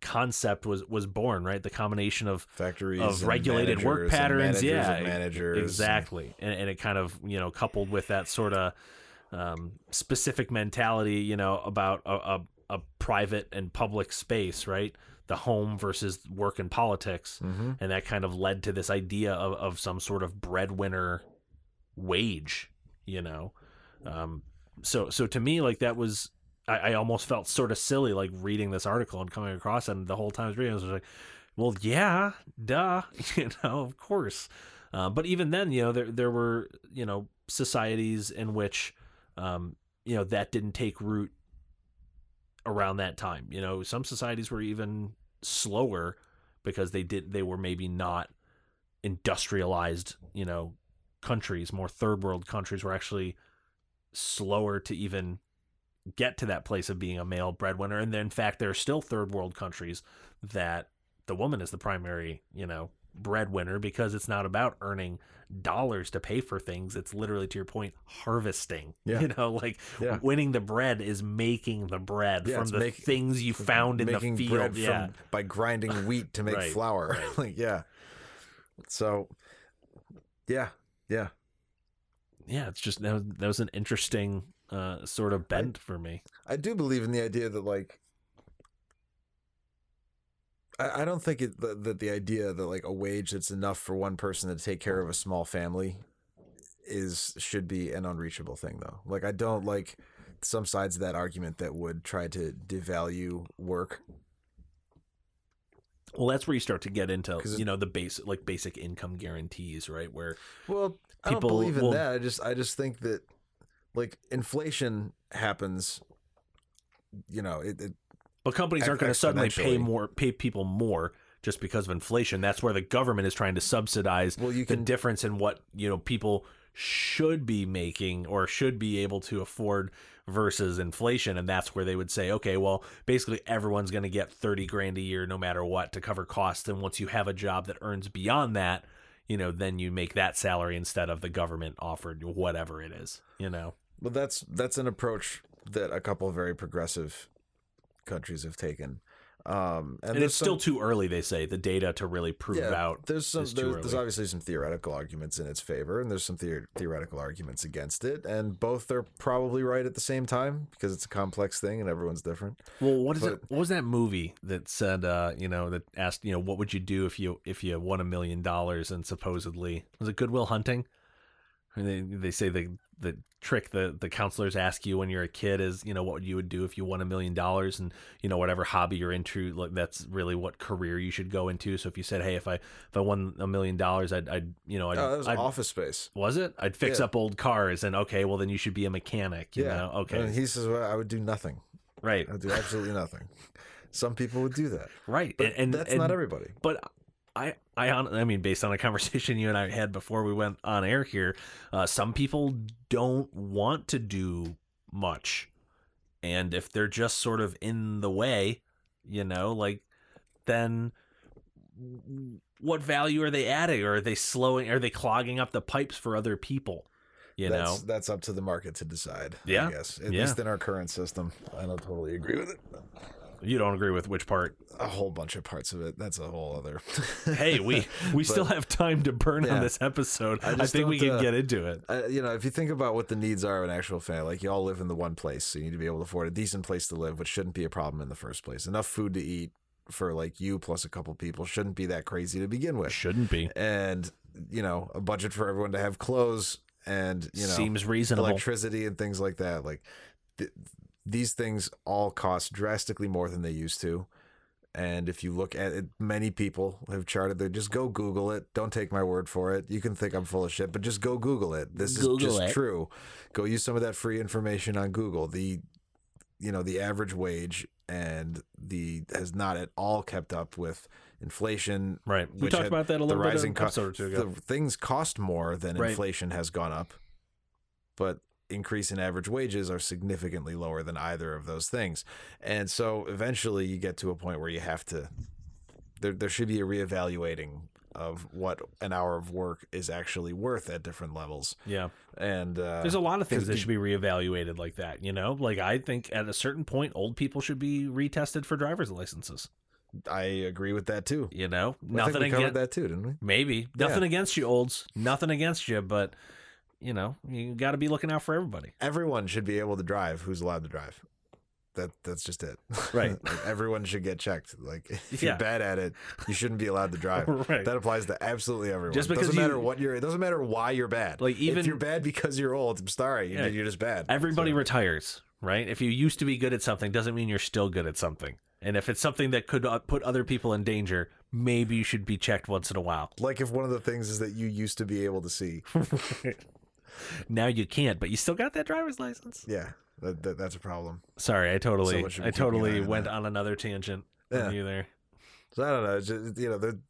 Speaker 1: concept was was born right the combination of
Speaker 2: factories
Speaker 1: of
Speaker 2: and
Speaker 1: regulated work
Speaker 2: managers
Speaker 1: patterns,
Speaker 2: and managers
Speaker 1: yeah, e-,
Speaker 2: and managers and-
Speaker 1: exactly and, and it kind of you know coupled with that sort of um, specific mentality you know about a, a, a private and public space right the home versus work and politics
Speaker 2: Mhm.
Speaker 1: and that kind of led to this idea of, of some sort of breadwinner wage you know um, so so to me like that was I, I almost felt sort of silly like reading this article and coming across it, and the whole time I was reading it, I was like well yeah duh you know of course uh, but even then you know there, there were you know societies in which um, you know that didn't take root around that time you know some societies were even slower because they did they were maybe not industrialized you know countries more third world countries were actually slower to even get to that place of being a male breadwinner and then in fact there are still third world countries that the woman is the primary you know breadwinner because it's not about earning dollars to pay for things it's literally to your point harvesting
Speaker 2: Yeah.
Speaker 1: you know like
Speaker 2: Yeah.
Speaker 1: winning the bread is making the bread
Speaker 2: Yeah,
Speaker 1: from
Speaker 2: it's
Speaker 1: the
Speaker 2: make-
Speaker 1: things you found in the
Speaker 2: making
Speaker 1: field
Speaker 2: bread from-
Speaker 1: yeah
Speaker 2: by grinding wheat to make
Speaker 1: Right,
Speaker 2: flour
Speaker 1: right.
Speaker 2: like yeah so yeah yeah
Speaker 1: yeah, it's just that was, that was an interesting uh, sort of bent for me.
Speaker 2: i do believe in the idea that like I I don't think it, that that the idea that like a wage that's enough for one person to take care of a small family is should be an unreachable thing though. Like I don't like some sides of that argument that would try to devalue work
Speaker 1: Well, that's where you start to get into
Speaker 2: 'Cause it-
Speaker 1: you know the base like basic income guarantees, right? Where
Speaker 2: Well, I
Speaker 1: people
Speaker 2: don't believe in
Speaker 1: will-
Speaker 2: that. I just I just think that like inflation happens. You know, it, it
Speaker 1: but companies aren't going to suddenly pay
Speaker 2: Exponentially.
Speaker 1: more pay people more just because of inflation. That's where the government is trying to subsidize
Speaker 2: well you
Speaker 1: the
Speaker 2: can
Speaker 1: difference in what you know people should be making or should be able to afford versus inflation and that's where they would say okay well basically everyone's going to get 30 grand a year no matter what to cover costs and once you have a job that earns beyond that you know then you make that salary instead of the government offered whatever it is you know
Speaker 2: Well, that's that's an approach that a couple of very progressive countries have taken. Um, and
Speaker 1: and,
Speaker 2: there's
Speaker 1: it's still
Speaker 2: some-
Speaker 1: too early they say the data to really prove
Speaker 2: yeah,
Speaker 1: out
Speaker 2: There's some
Speaker 1: is too
Speaker 2: there's, there's
Speaker 1: early.
Speaker 2: obviously some theoretical arguments in its favor, and there's some theor- theoretical arguments against it, and both are probably right at the same time because it's a complex thing and everyone's different.
Speaker 1: Well, what is
Speaker 2: But-
Speaker 1: it? What was that movie that said? Uh, you know, that asked, you know, what would you do if you if you won a million dollars? And supposedly, was it Goodwill Hunting? And they they say the the trick the the counselors ask you when you're a kid is, you know, what you would do if you won a million dollars, and you know, whatever hobby you're into, like that's really what career you should go into. So if you said, hey, if I if I won a million dollars, I'd I'd you know, I'd,
Speaker 2: Oh, that was
Speaker 1: I'd
Speaker 2: Office Space.
Speaker 1: was it? I'd fix
Speaker 2: Yeah.
Speaker 1: up old cars, and okay, well then you should be a mechanic. You
Speaker 2: yeah.
Speaker 1: know, okay,
Speaker 2: And he says, well, I would do nothing.
Speaker 1: right,
Speaker 2: I do absolutely nothing. Some people would do that,
Speaker 1: right,
Speaker 2: but
Speaker 1: and, and
Speaker 2: that's
Speaker 1: and-
Speaker 2: not everybody.
Speaker 1: but I, I, hon- I mean, based on a conversation you and I had before we went on air here, uh, some people don't want to do much, and if they're just sort of in the way, you know, like then what value are they adding? Or are they slowing? Are they clogging up the pipes for other people? You
Speaker 2: that's,
Speaker 1: know,
Speaker 2: that's up to the market to decide.
Speaker 1: Yeah.
Speaker 2: I guess at
Speaker 1: Yeah.
Speaker 2: least in our current system, I don't totally agree with it.
Speaker 1: you don't agree with which part.
Speaker 2: A whole bunch of parts of it. That's a whole other.
Speaker 1: Hey, we we still have time to burn
Speaker 2: Yeah.
Speaker 1: on this episode.
Speaker 2: I
Speaker 1: I,
Speaker 2: just
Speaker 1: think we
Speaker 2: don't,
Speaker 1: can
Speaker 2: uh,
Speaker 1: get into it.
Speaker 2: Uh, you know, if you think about what the needs are of an actual fan, like you all live in the one place, so you need to be able to afford a decent place to live, which shouldn't be a problem in the first place. Enough food to eat for like you plus a couple people shouldn't be that crazy to begin with.
Speaker 1: Shouldn't be.
Speaker 2: And you know, a budget for everyone to have clothes and you know
Speaker 1: Seems reasonable.
Speaker 2: electricity and things like that. Like th- these things all cost drastically more than they used to. And if you look at it, many people have charted their just go Google it. Don't take my word for it. You can think I'm full of shit, but just go Google it. This
Speaker 1: Google
Speaker 2: is just
Speaker 1: it.
Speaker 2: true. Go use some of that free information on Google. The you know, the average wage and the has not at all kept up with inflation.
Speaker 1: right. We
Speaker 2: which
Speaker 1: talked
Speaker 2: had
Speaker 1: about that a
Speaker 2: the
Speaker 1: little bit
Speaker 2: rising
Speaker 1: an
Speaker 2: co-
Speaker 1: episode or two ago.
Speaker 2: The things cost more than
Speaker 1: Right.
Speaker 2: inflation has gone up, but increase in average wages are significantly lower than either of those things. And so eventually you get to a point where you have to there there should be a reevaluating of what an hour of work is actually worth at different levels.
Speaker 1: yeah.
Speaker 2: And uh,
Speaker 1: There's a lot of things
Speaker 2: 'cause
Speaker 1: that
Speaker 2: the-
Speaker 1: should be reevaluated like that, you know? Like I think at a certain point old people should be retested for driver's licenses,
Speaker 2: I agree with that too.
Speaker 1: you know?
Speaker 2: I think
Speaker 1: Nothing
Speaker 2: we covered
Speaker 1: against
Speaker 2: that too, didn't we?
Speaker 1: maybe.
Speaker 2: Yeah.
Speaker 1: Nothing against you olds. Nothing against you, but you know, you got to be looking out for everybody.
Speaker 2: Everyone should be able to drive who's allowed to drive. That that's just it.
Speaker 1: Right.
Speaker 2: Like, everyone should get checked. Like if
Speaker 1: Yeah.
Speaker 2: you're bad at it, you shouldn't be allowed to drive.
Speaker 1: right.
Speaker 2: That applies to absolutely everyone.
Speaker 1: Just
Speaker 2: it
Speaker 1: because
Speaker 2: doesn't
Speaker 1: you-
Speaker 2: matter what you're. It doesn't matter why you're bad.
Speaker 1: Like, even-
Speaker 2: if you're bad because you're old, I'm sorry. You're,
Speaker 1: Yeah.
Speaker 2: you're just bad.
Speaker 1: Everybody
Speaker 2: So-
Speaker 1: retires, right? If you used to be good at something, doesn't mean you're still good at something. And if it's something that could uh, put other people in danger, maybe you should be checked once in a while.
Speaker 2: like if one of the things is that you used to be able to see.
Speaker 1: now you can't, but you still got that driver's license.
Speaker 2: Yeah, that, that, that's a problem.
Speaker 1: Sorry, I totally,
Speaker 2: Someone should be
Speaker 1: I
Speaker 2: keeping an eye
Speaker 1: totally
Speaker 2: on
Speaker 1: went
Speaker 2: that.
Speaker 1: on another tangent
Speaker 2: Yeah.
Speaker 1: from you there.
Speaker 2: So I don't know. It's just, you know, the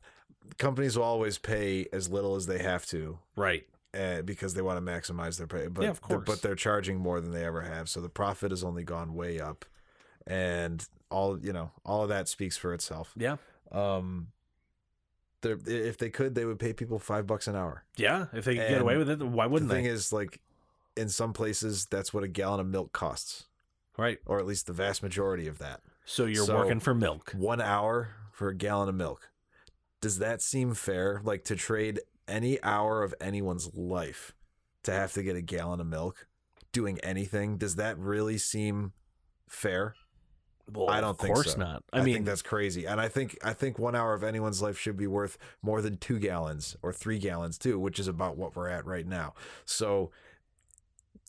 Speaker 2: companies will always pay as little as they have to
Speaker 1: Right.
Speaker 2: uh, because they want to maximize their pay. But
Speaker 1: Yeah, of course.
Speaker 2: but they're charging more than they ever have, so the profit has only gone way up, and all you know, all of that speaks for itself.
Speaker 1: Yeah.
Speaker 2: Um, they're- if they could, they would pay people five bucks an hour.
Speaker 1: Yeah. If they could get
Speaker 2: And
Speaker 1: away with it, why wouldn't
Speaker 2: the
Speaker 1: they?
Speaker 2: thing is, like, in some places, that's what a gallon of milk costs,
Speaker 1: right.
Speaker 2: or at least the vast majority of that.
Speaker 1: So you're
Speaker 2: So-
Speaker 1: working for milk.
Speaker 2: One hour for a gallon of milk. Does that seem fair? Like to trade any hour of anyone's life to have to get a gallon of milk, doing anything? Does that really seem fair?
Speaker 1: Well,
Speaker 2: I don't
Speaker 1: of
Speaker 2: think
Speaker 1: course
Speaker 2: so.
Speaker 1: not. I, mean,
Speaker 2: think that's crazy, and I think I think one hour of anyone's life should be worth more than two gallons or three gallons too, which is about what we're at right now. So,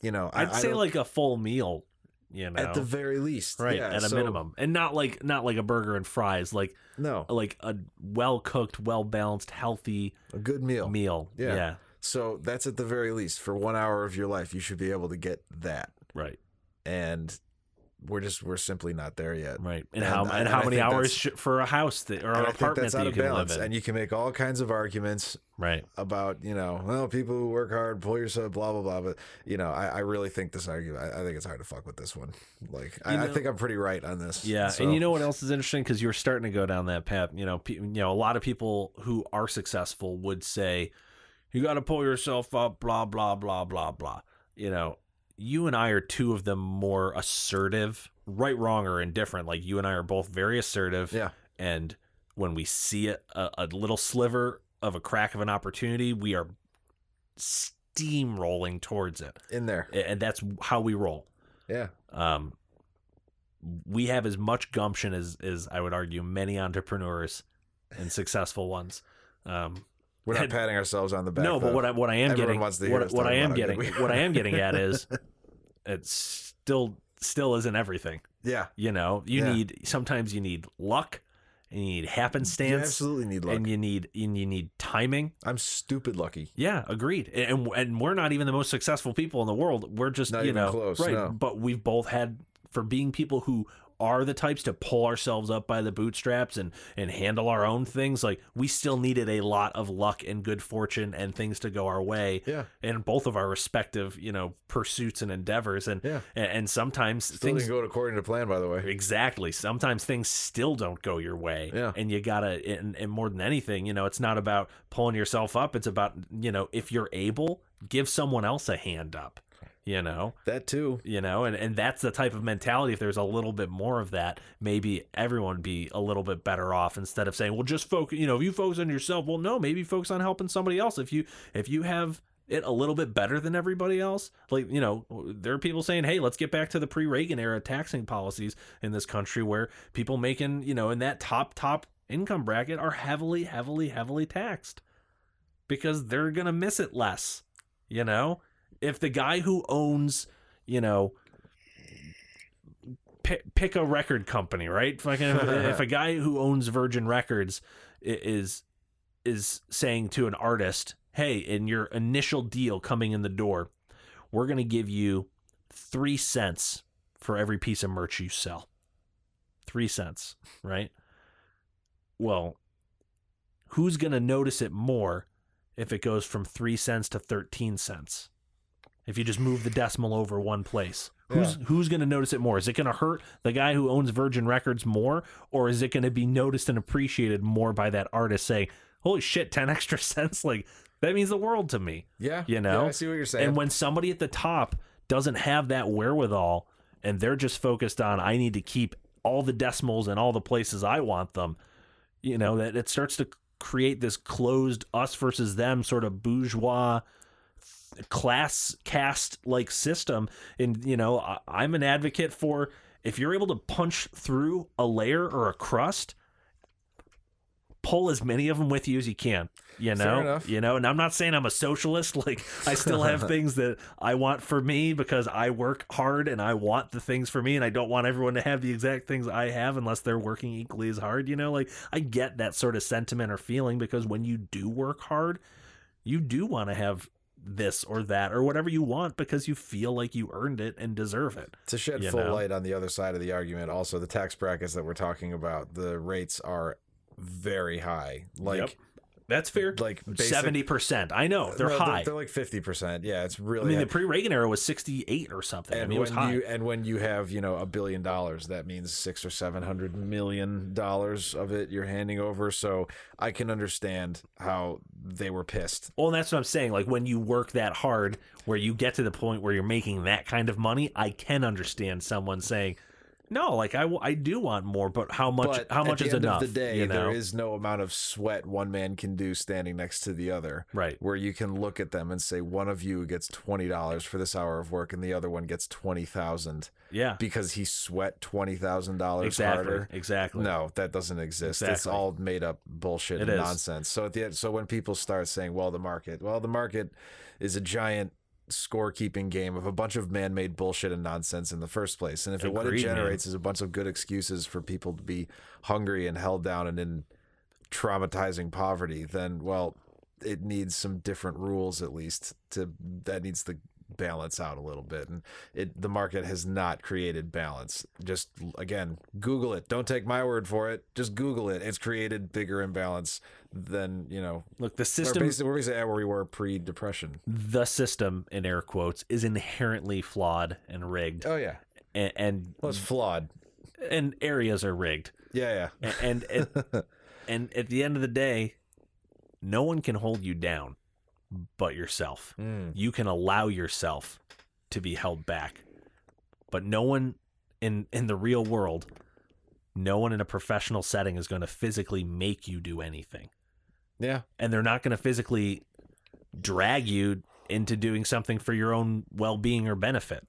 Speaker 2: you know, I-
Speaker 1: I'd
Speaker 2: I
Speaker 1: say
Speaker 2: don't-
Speaker 1: like a full meal. You know,
Speaker 2: at the very least,
Speaker 1: right
Speaker 2: yeah,
Speaker 1: at a
Speaker 2: so-
Speaker 1: minimum, and not like not like a burger and fries, like
Speaker 2: No,
Speaker 1: like a well cooked, well balanced, healthy
Speaker 2: a good meal.
Speaker 1: meal.
Speaker 2: Yeah.
Speaker 1: yeah.
Speaker 2: So that's at the very least for one hour of your life, you should be able to get that,
Speaker 1: Right.
Speaker 2: and we're just we're simply not there yet.
Speaker 1: Right. And,
Speaker 2: And
Speaker 1: how
Speaker 2: I-
Speaker 1: and
Speaker 2: and
Speaker 1: how
Speaker 2: I
Speaker 1: many
Speaker 2: think
Speaker 1: hours
Speaker 2: that's-
Speaker 1: sh- for a house that or
Speaker 2: And
Speaker 1: an
Speaker 2: I think
Speaker 1: apartment
Speaker 2: that's
Speaker 1: that
Speaker 2: out
Speaker 1: you
Speaker 2: of
Speaker 1: can
Speaker 2: balance,
Speaker 1: live in?
Speaker 2: and you can make all kinds of arguments
Speaker 1: right.
Speaker 2: about you know well people who work hard pull yourself blah blah blah but you know I, I really think this argument I, I think it's hard to fuck with this one like I,
Speaker 1: You
Speaker 2: I
Speaker 1: know-
Speaker 2: think I'm pretty right on this
Speaker 1: Yeah,
Speaker 2: So-
Speaker 1: and you know what else is interesting because you're starting to go down that path. You know, pe- you know, a lot of people who are successful would say, "You got to pull yourself up," blah blah blah blah blah. You know, you and I are two of the more assertive, right, wrong, or indifferent. Like you and I are both very assertive.
Speaker 2: Yeah.
Speaker 1: and when we see a, a, a little sliver of a crack of an opportunity, we are steamrolling towards it,
Speaker 2: in there
Speaker 1: A- and that's how we roll
Speaker 2: yeah
Speaker 1: um, we have as much gumption as, as I would argue many entrepreneurs and successful ones. Um,
Speaker 2: we're not
Speaker 1: And-
Speaker 2: patting ourselves on the back
Speaker 1: no, but
Speaker 2: though.
Speaker 1: what I what I am
Speaker 2: Everyone
Speaker 1: getting
Speaker 2: wants to hear
Speaker 1: what,
Speaker 2: us
Speaker 1: what
Speaker 2: talk
Speaker 1: I am
Speaker 2: about how
Speaker 1: getting
Speaker 2: good we
Speaker 1: what I am
Speaker 2: are.
Speaker 1: getting at is it's still still isn't everything.
Speaker 2: yeah
Speaker 1: You know, you
Speaker 2: Yeah.
Speaker 1: need sometimes you need luck, and you need
Speaker 2: you
Speaker 1: happenstance,
Speaker 2: absolutely need luck
Speaker 1: and you need and you need timing.
Speaker 2: I'm stupid lucky
Speaker 1: Yeah, agreed. And and we're not even the most successful people in the world. We're just
Speaker 2: Not
Speaker 1: you
Speaker 2: even
Speaker 1: know
Speaker 2: close,
Speaker 1: right.
Speaker 2: no.
Speaker 1: But we've both had for being people who are the types to pull ourselves up by the bootstraps and and handle our own things, like we still needed a lot of luck and good fortune and things to go our way
Speaker 2: Yeah.
Speaker 1: in both of our respective, you know, pursuits and endeavors. And
Speaker 2: Yeah.
Speaker 1: and, and sometimes
Speaker 2: Still
Speaker 1: things
Speaker 2: didn't go according to plan, by the way.
Speaker 1: Exactly. Sometimes things still don't go your way.
Speaker 2: Yeah.
Speaker 1: And you gotta and, and more than anything, you know, it's not about pulling yourself up. It's about, you know, if you're able, give someone else a hand up. You know?
Speaker 2: That too.
Speaker 1: You know, and, and that's the type of mentality. If there's a little bit more of that, maybe everyone would be a little bit better off instead of saying, Well, just focus you know, if you focus on yourself, well no, maybe focus on helping somebody else. If you if you have it a little bit better than everybody else. Like, you know, there are people saying, hey, let's get back to the pre Reagan era taxing policies in this country where people making, you know, in that top, top income bracket are heavily, heavily, heavily taxed because they're going to miss it less, you know? If the guy who owns, you know, pi- pick a record company, right? Fucking if, if a guy who owns Virgin Records i- is is saying to an artist, "Hey, in your initial deal coming in the door, we're going to give you 3 cents for every piece of merch you sell." 3 cents, right? Well, who's going to notice it more if it goes from 3 cents to 13 cents? If you just move the decimal over one place, who's who's going to notice it more? Is it going to hurt the guy who owns Virgin Records more or is it going to be noticed and appreciated more by that artist saying, holy shit 10 extra cents like that means the world to me
Speaker 2: Yeah.
Speaker 1: You know?
Speaker 2: Yeah, I see what you're saying.
Speaker 1: and when somebody at the top doesn't have that wherewithal and they're just focused on i need to keep all the decimals in all the places i want them you know that it starts to create this closed us versus them sort of bourgeois class caste like system and you know I, i'm an advocate for if you're able to punch through a layer or a crust pull as many of them with you as you can you know
Speaker 2: enough.
Speaker 1: you know and i'm not saying i'm a socialist like i still have things that i want for me because i work hard and i want the things for me and i don't want everyone to have the exact things i have unless they're working equally as hard you know like i get that sort of sentiment or feeling because when you do work hard you do want to have this or that or whatever you want because you feel like you earned it and deserve it.
Speaker 2: to shed
Speaker 1: you
Speaker 2: full
Speaker 1: know?
Speaker 2: light on the other side of the argument, also the tax brackets that we're talking about, the rates are very high. Like
Speaker 1: That's fair.
Speaker 2: like basic-
Speaker 1: Seventy percent. I know they're
Speaker 2: No,
Speaker 1: high.
Speaker 2: They're, like fifty percent. Yeah, it's
Speaker 1: I
Speaker 2: really.
Speaker 1: mean,
Speaker 2: high.
Speaker 1: the pre-Reagan era was sixty-eight or something. I
Speaker 2: and
Speaker 1: mean, it was
Speaker 2: when
Speaker 1: high.
Speaker 2: you and when you have you know a billion dollars, that means six or seven hundred million dollars of it you're handing over. So I can understand how they were pissed.
Speaker 1: well, that's what I'm saying. Like when you work that hard, where you get to the point where you're making that kind of money, I can understand someone saying, "No, like I, w- I do want more, but how much?
Speaker 2: but
Speaker 1: how much
Speaker 2: at the
Speaker 1: is
Speaker 2: end
Speaker 1: enough?"
Speaker 2: Of the day,
Speaker 1: you know?
Speaker 2: there is no amount of sweat one man can do standing next to the other.
Speaker 1: right.
Speaker 2: where you can look at them and say one of you gets twenty dollars for this hour of work and the other one gets twenty thousand
Speaker 1: Yeah.
Speaker 2: because he sweat twenty thousand dollars
Speaker 1: Exactly.
Speaker 2: harder.
Speaker 1: Exactly.
Speaker 2: No, that doesn't exist. It's
Speaker 1: Exactly.
Speaker 2: all made up bullshit
Speaker 1: It
Speaker 2: and
Speaker 1: is.
Speaker 2: nonsense. So at the end, so when people start saying, "Well, the market," well, the market is a giant scorekeeping game of a bunch of man-made bullshit and nonsense in the first place. And if it, what it
Speaker 1: Agreed, man.
Speaker 2: generates is a bunch of good excuses for people to be hungry and held down and in traumatizing poverty, then well, it needs some different rules at least to that needs to balance out a little bit. And it the market has not created balance. Just again, Google it. Don't take my word for it. Just Google it. It's created bigger imbalance than you know.
Speaker 1: Look, the
Speaker 2: We're
Speaker 1: system
Speaker 2: basically, we're basically at where we were pre-depression.
Speaker 1: the system in air quotes is inherently flawed and rigged
Speaker 2: Oh yeah,
Speaker 1: and and,
Speaker 2: well, it's flawed.
Speaker 1: and areas are rigged
Speaker 2: Yeah, yeah.
Speaker 1: A- and and, and at the end of the day no one can hold you down but yourself
Speaker 2: Mm.
Speaker 1: you can allow yourself to be held back but no one in in the real world no one in a professional setting is going to physically make you do anything
Speaker 2: Yeah,
Speaker 1: and they're not going to physically drag you into doing something for your own well-being or benefit.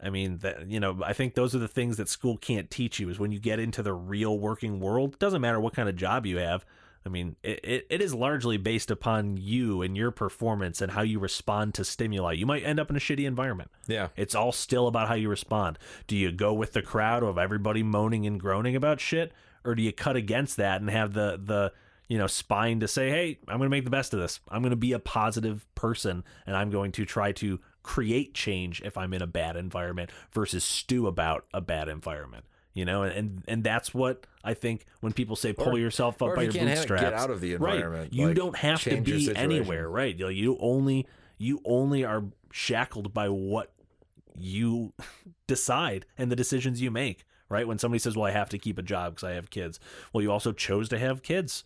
Speaker 1: I mean, that you know, I think those are the things that school can't teach you is when you get into the real working world, doesn't matter what kind of job you have. I mean, it, it, it is largely based upon you and your performance and how you respond to stimuli. You might end up in a shitty environment.
Speaker 2: yeah.
Speaker 1: It's all still about how you respond. Do you go with the crowd of everybody moaning and groaning about shit, or do you cut against that and have the the you know spine to say, "Hey, I'm going to make the best of this. I'm going to be a positive person, and I'm going to try to create change if I'm in a bad environment versus stew about a bad environment." You you know, and and that's what I think when people say pull
Speaker 2: Or-
Speaker 1: yourself up
Speaker 2: or
Speaker 1: by
Speaker 2: if
Speaker 1: your
Speaker 2: you can't have it,
Speaker 1: bootstraps,
Speaker 2: get out of the environment.
Speaker 1: Right. You
Speaker 2: like,
Speaker 1: don't have to
Speaker 2: change your
Speaker 1: be
Speaker 2: situation.
Speaker 1: anywhere, right? You, you only you only are shackled by what you decide and the decisions you make, right? When somebody says, "Well, I have to keep a job because I have kids," well, you also chose to have kids,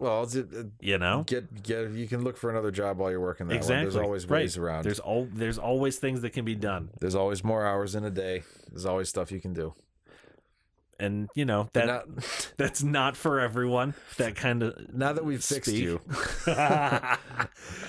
Speaker 2: Well, it's- it- it-
Speaker 1: you know.
Speaker 2: get get you can look for another job while you're working that one. There's
Speaker 1: Exactly.
Speaker 2: always
Speaker 1: Right.
Speaker 2: ways around.
Speaker 1: There's all there's always things that can be done,
Speaker 2: There's always more hours in a day. There's always stuff you can do.
Speaker 1: and you know that
Speaker 2: But not-
Speaker 1: that's not for everyone. That kind of
Speaker 2: now that we've fixed you,
Speaker 1: I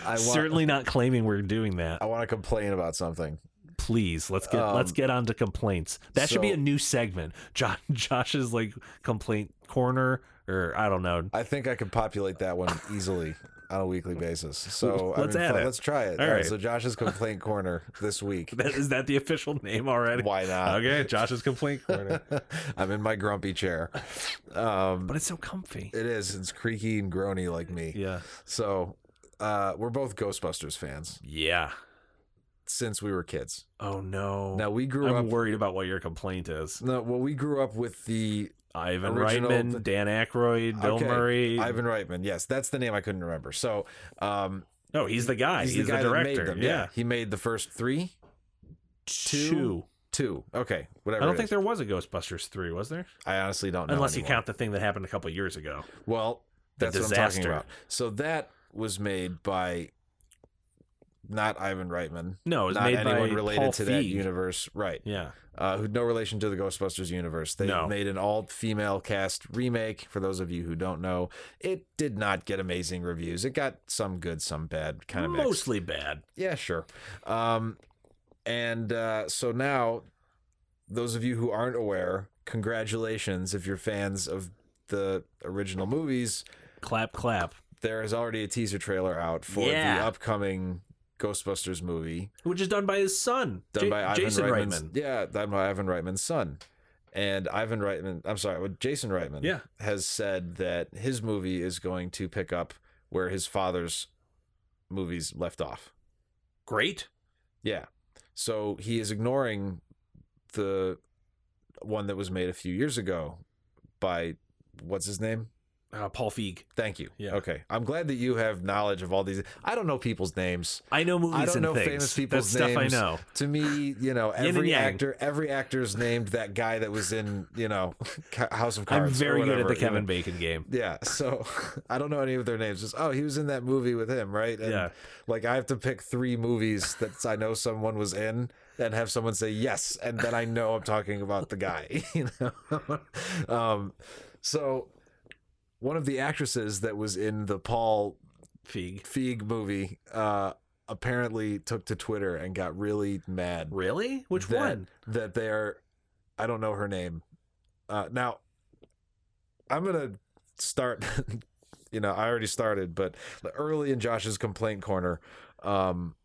Speaker 2: I want
Speaker 1: certainly not claiming we're doing that.
Speaker 2: I want to complain about something.
Speaker 1: please let's get
Speaker 2: Um,
Speaker 1: let's get on to complaints that should be
Speaker 2: so-
Speaker 1: a new segment josh josh's like complaint corner or i don't know
Speaker 2: I think I could populate that one easily on a weekly basis. So I
Speaker 1: Let's
Speaker 2: mean,
Speaker 1: add
Speaker 2: fine,
Speaker 1: it.
Speaker 2: let's try it.
Speaker 1: All
Speaker 2: All right.
Speaker 1: right.
Speaker 2: So Josh's complaint corner this week.
Speaker 1: that, is that the official name already
Speaker 2: Why not?
Speaker 1: okay josh's complaint corner
Speaker 2: I'm in my grumpy chair. Um,
Speaker 1: but it's so comfy
Speaker 2: it is. It's creaky and groany like me.
Speaker 1: yeah
Speaker 2: So uh, we're both Ghostbusters fans
Speaker 1: yeah
Speaker 2: since we were kids.
Speaker 1: oh no
Speaker 2: Now we grew
Speaker 1: i'm
Speaker 2: up.
Speaker 1: worried about what your complaint is
Speaker 2: No, well, we grew up with the
Speaker 1: ivan
Speaker 2: Original-
Speaker 1: reitman dan Aykroyd, bill
Speaker 2: Okay,
Speaker 1: murray
Speaker 2: Ivan Reitman. Yes, that's the name I couldn't remember. So um,
Speaker 1: no he's the guy Ah, he's,
Speaker 2: he's the guy that
Speaker 1: director
Speaker 2: made them.
Speaker 1: yeah,
Speaker 2: he made the first three,
Speaker 1: Two.
Speaker 2: two. Okay, whatever.
Speaker 1: i
Speaker 2: it
Speaker 1: don't think
Speaker 2: is.
Speaker 1: there was a ghostbusters 3 was there
Speaker 2: I honestly don't know.
Speaker 1: unless you
Speaker 2: anymore.
Speaker 1: count the thing that happened a couple years ago
Speaker 2: Well,
Speaker 1: The
Speaker 2: that's what I'm talking
Speaker 1: disaster.
Speaker 2: about. So that was made by not Ivan Reitman,
Speaker 1: no it was
Speaker 2: not
Speaker 1: made
Speaker 2: anyone
Speaker 1: by
Speaker 2: related
Speaker 1: Paul
Speaker 2: to that
Speaker 1: Feig.
Speaker 2: universe, right?
Speaker 1: yeah
Speaker 2: Uh, who no relation to the Ghostbusters universe. They
Speaker 1: No.
Speaker 2: made an all-female cast remake. For those of you who don't know, it did not get amazing reviews. It got some good, some bad, kind of mixed.
Speaker 1: mostly bad.
Speaker 2: Yeah, sure. Um, and uh, so now, those of you who aren't aware, congratulations if you're fans of the original movies.
Speaker 1: Clap, clap.
Speaker 2: There is already a teaser trailer out for the
Speaker 1: Yeah.
Speaker 2: upcoming Ghostbusters movie
Speaker 1: Which is done by his son,
Speaker 2: done
Speaker 1: Ja-
Speaker 2: by Ivan
Speaker 1: Jason
Speaker 2: Reitman's-
Speaker 1: Reitman.
Speaker 2: Yeah, done by Ivan Reitman's son. And Ivan Reitman, I'm sorry, well, Jason Reitman
Speaker 1: Yeah.
Speaker 2: has said that his movie is going to pick up where his father's movies left off.
Speaker 1: Great.
Speaker 2: Yeah. So he is ignoring the one that was made a few years ago by what's his name?
Speaker 1: Uh, Paul Feig.
Speaker 2: Thank you.
Speaker 1: Yeah.
Speaker 2: Okay. I'm glad that you have knowledge of all these. I don't know people's names.
Speaker 1: I know movies
Speaker 2: I don't
Speaker 1: and
Speaker 2: know
Speaker 1: things.
Speaker 2: famous people's
Speaker 1: That's stuff
Speaker 2: names.
Speaker 1: I know.
Speaker 2: To me, you know,
Speaker 1: and
Speaker 2: every
Speaker 1: yang.
Speaker 2: actor, every actor's named that guy that was in, you know, Ca- House of Cards.
Speaker 1: I'm
Speaker 2: or
Speaker 1: very good at
Speaker 2: whatever,
Speaker 1: the
Speaker 2: you
Speaker 1: Kevin
Speaker 2: know.
Speaker 1: Bacon game.
Speaker 2: Yeah, so I don't know any of their names. Just oh, he was in that movie with him, right? And,
Speaker 1: Yeah.
Speaker 2: Like I have to pick three movies that I know someone was in, and have someone say yes, and then I know I'm talking about the guy. You know. um, so one of the actresses that was in the Paul
Speaker 1: Feig.
Speaker 2: Feig movie uh, apparently took to Twitter and got really mad
Speaker 1: Really? Which
Speaker 2: that,
Speaker 1: one?
Speaker 2: That they're, I don't know her name. Uh, now, I'm gonna start. you know, I already started, but early in Josh's complaint corner, um,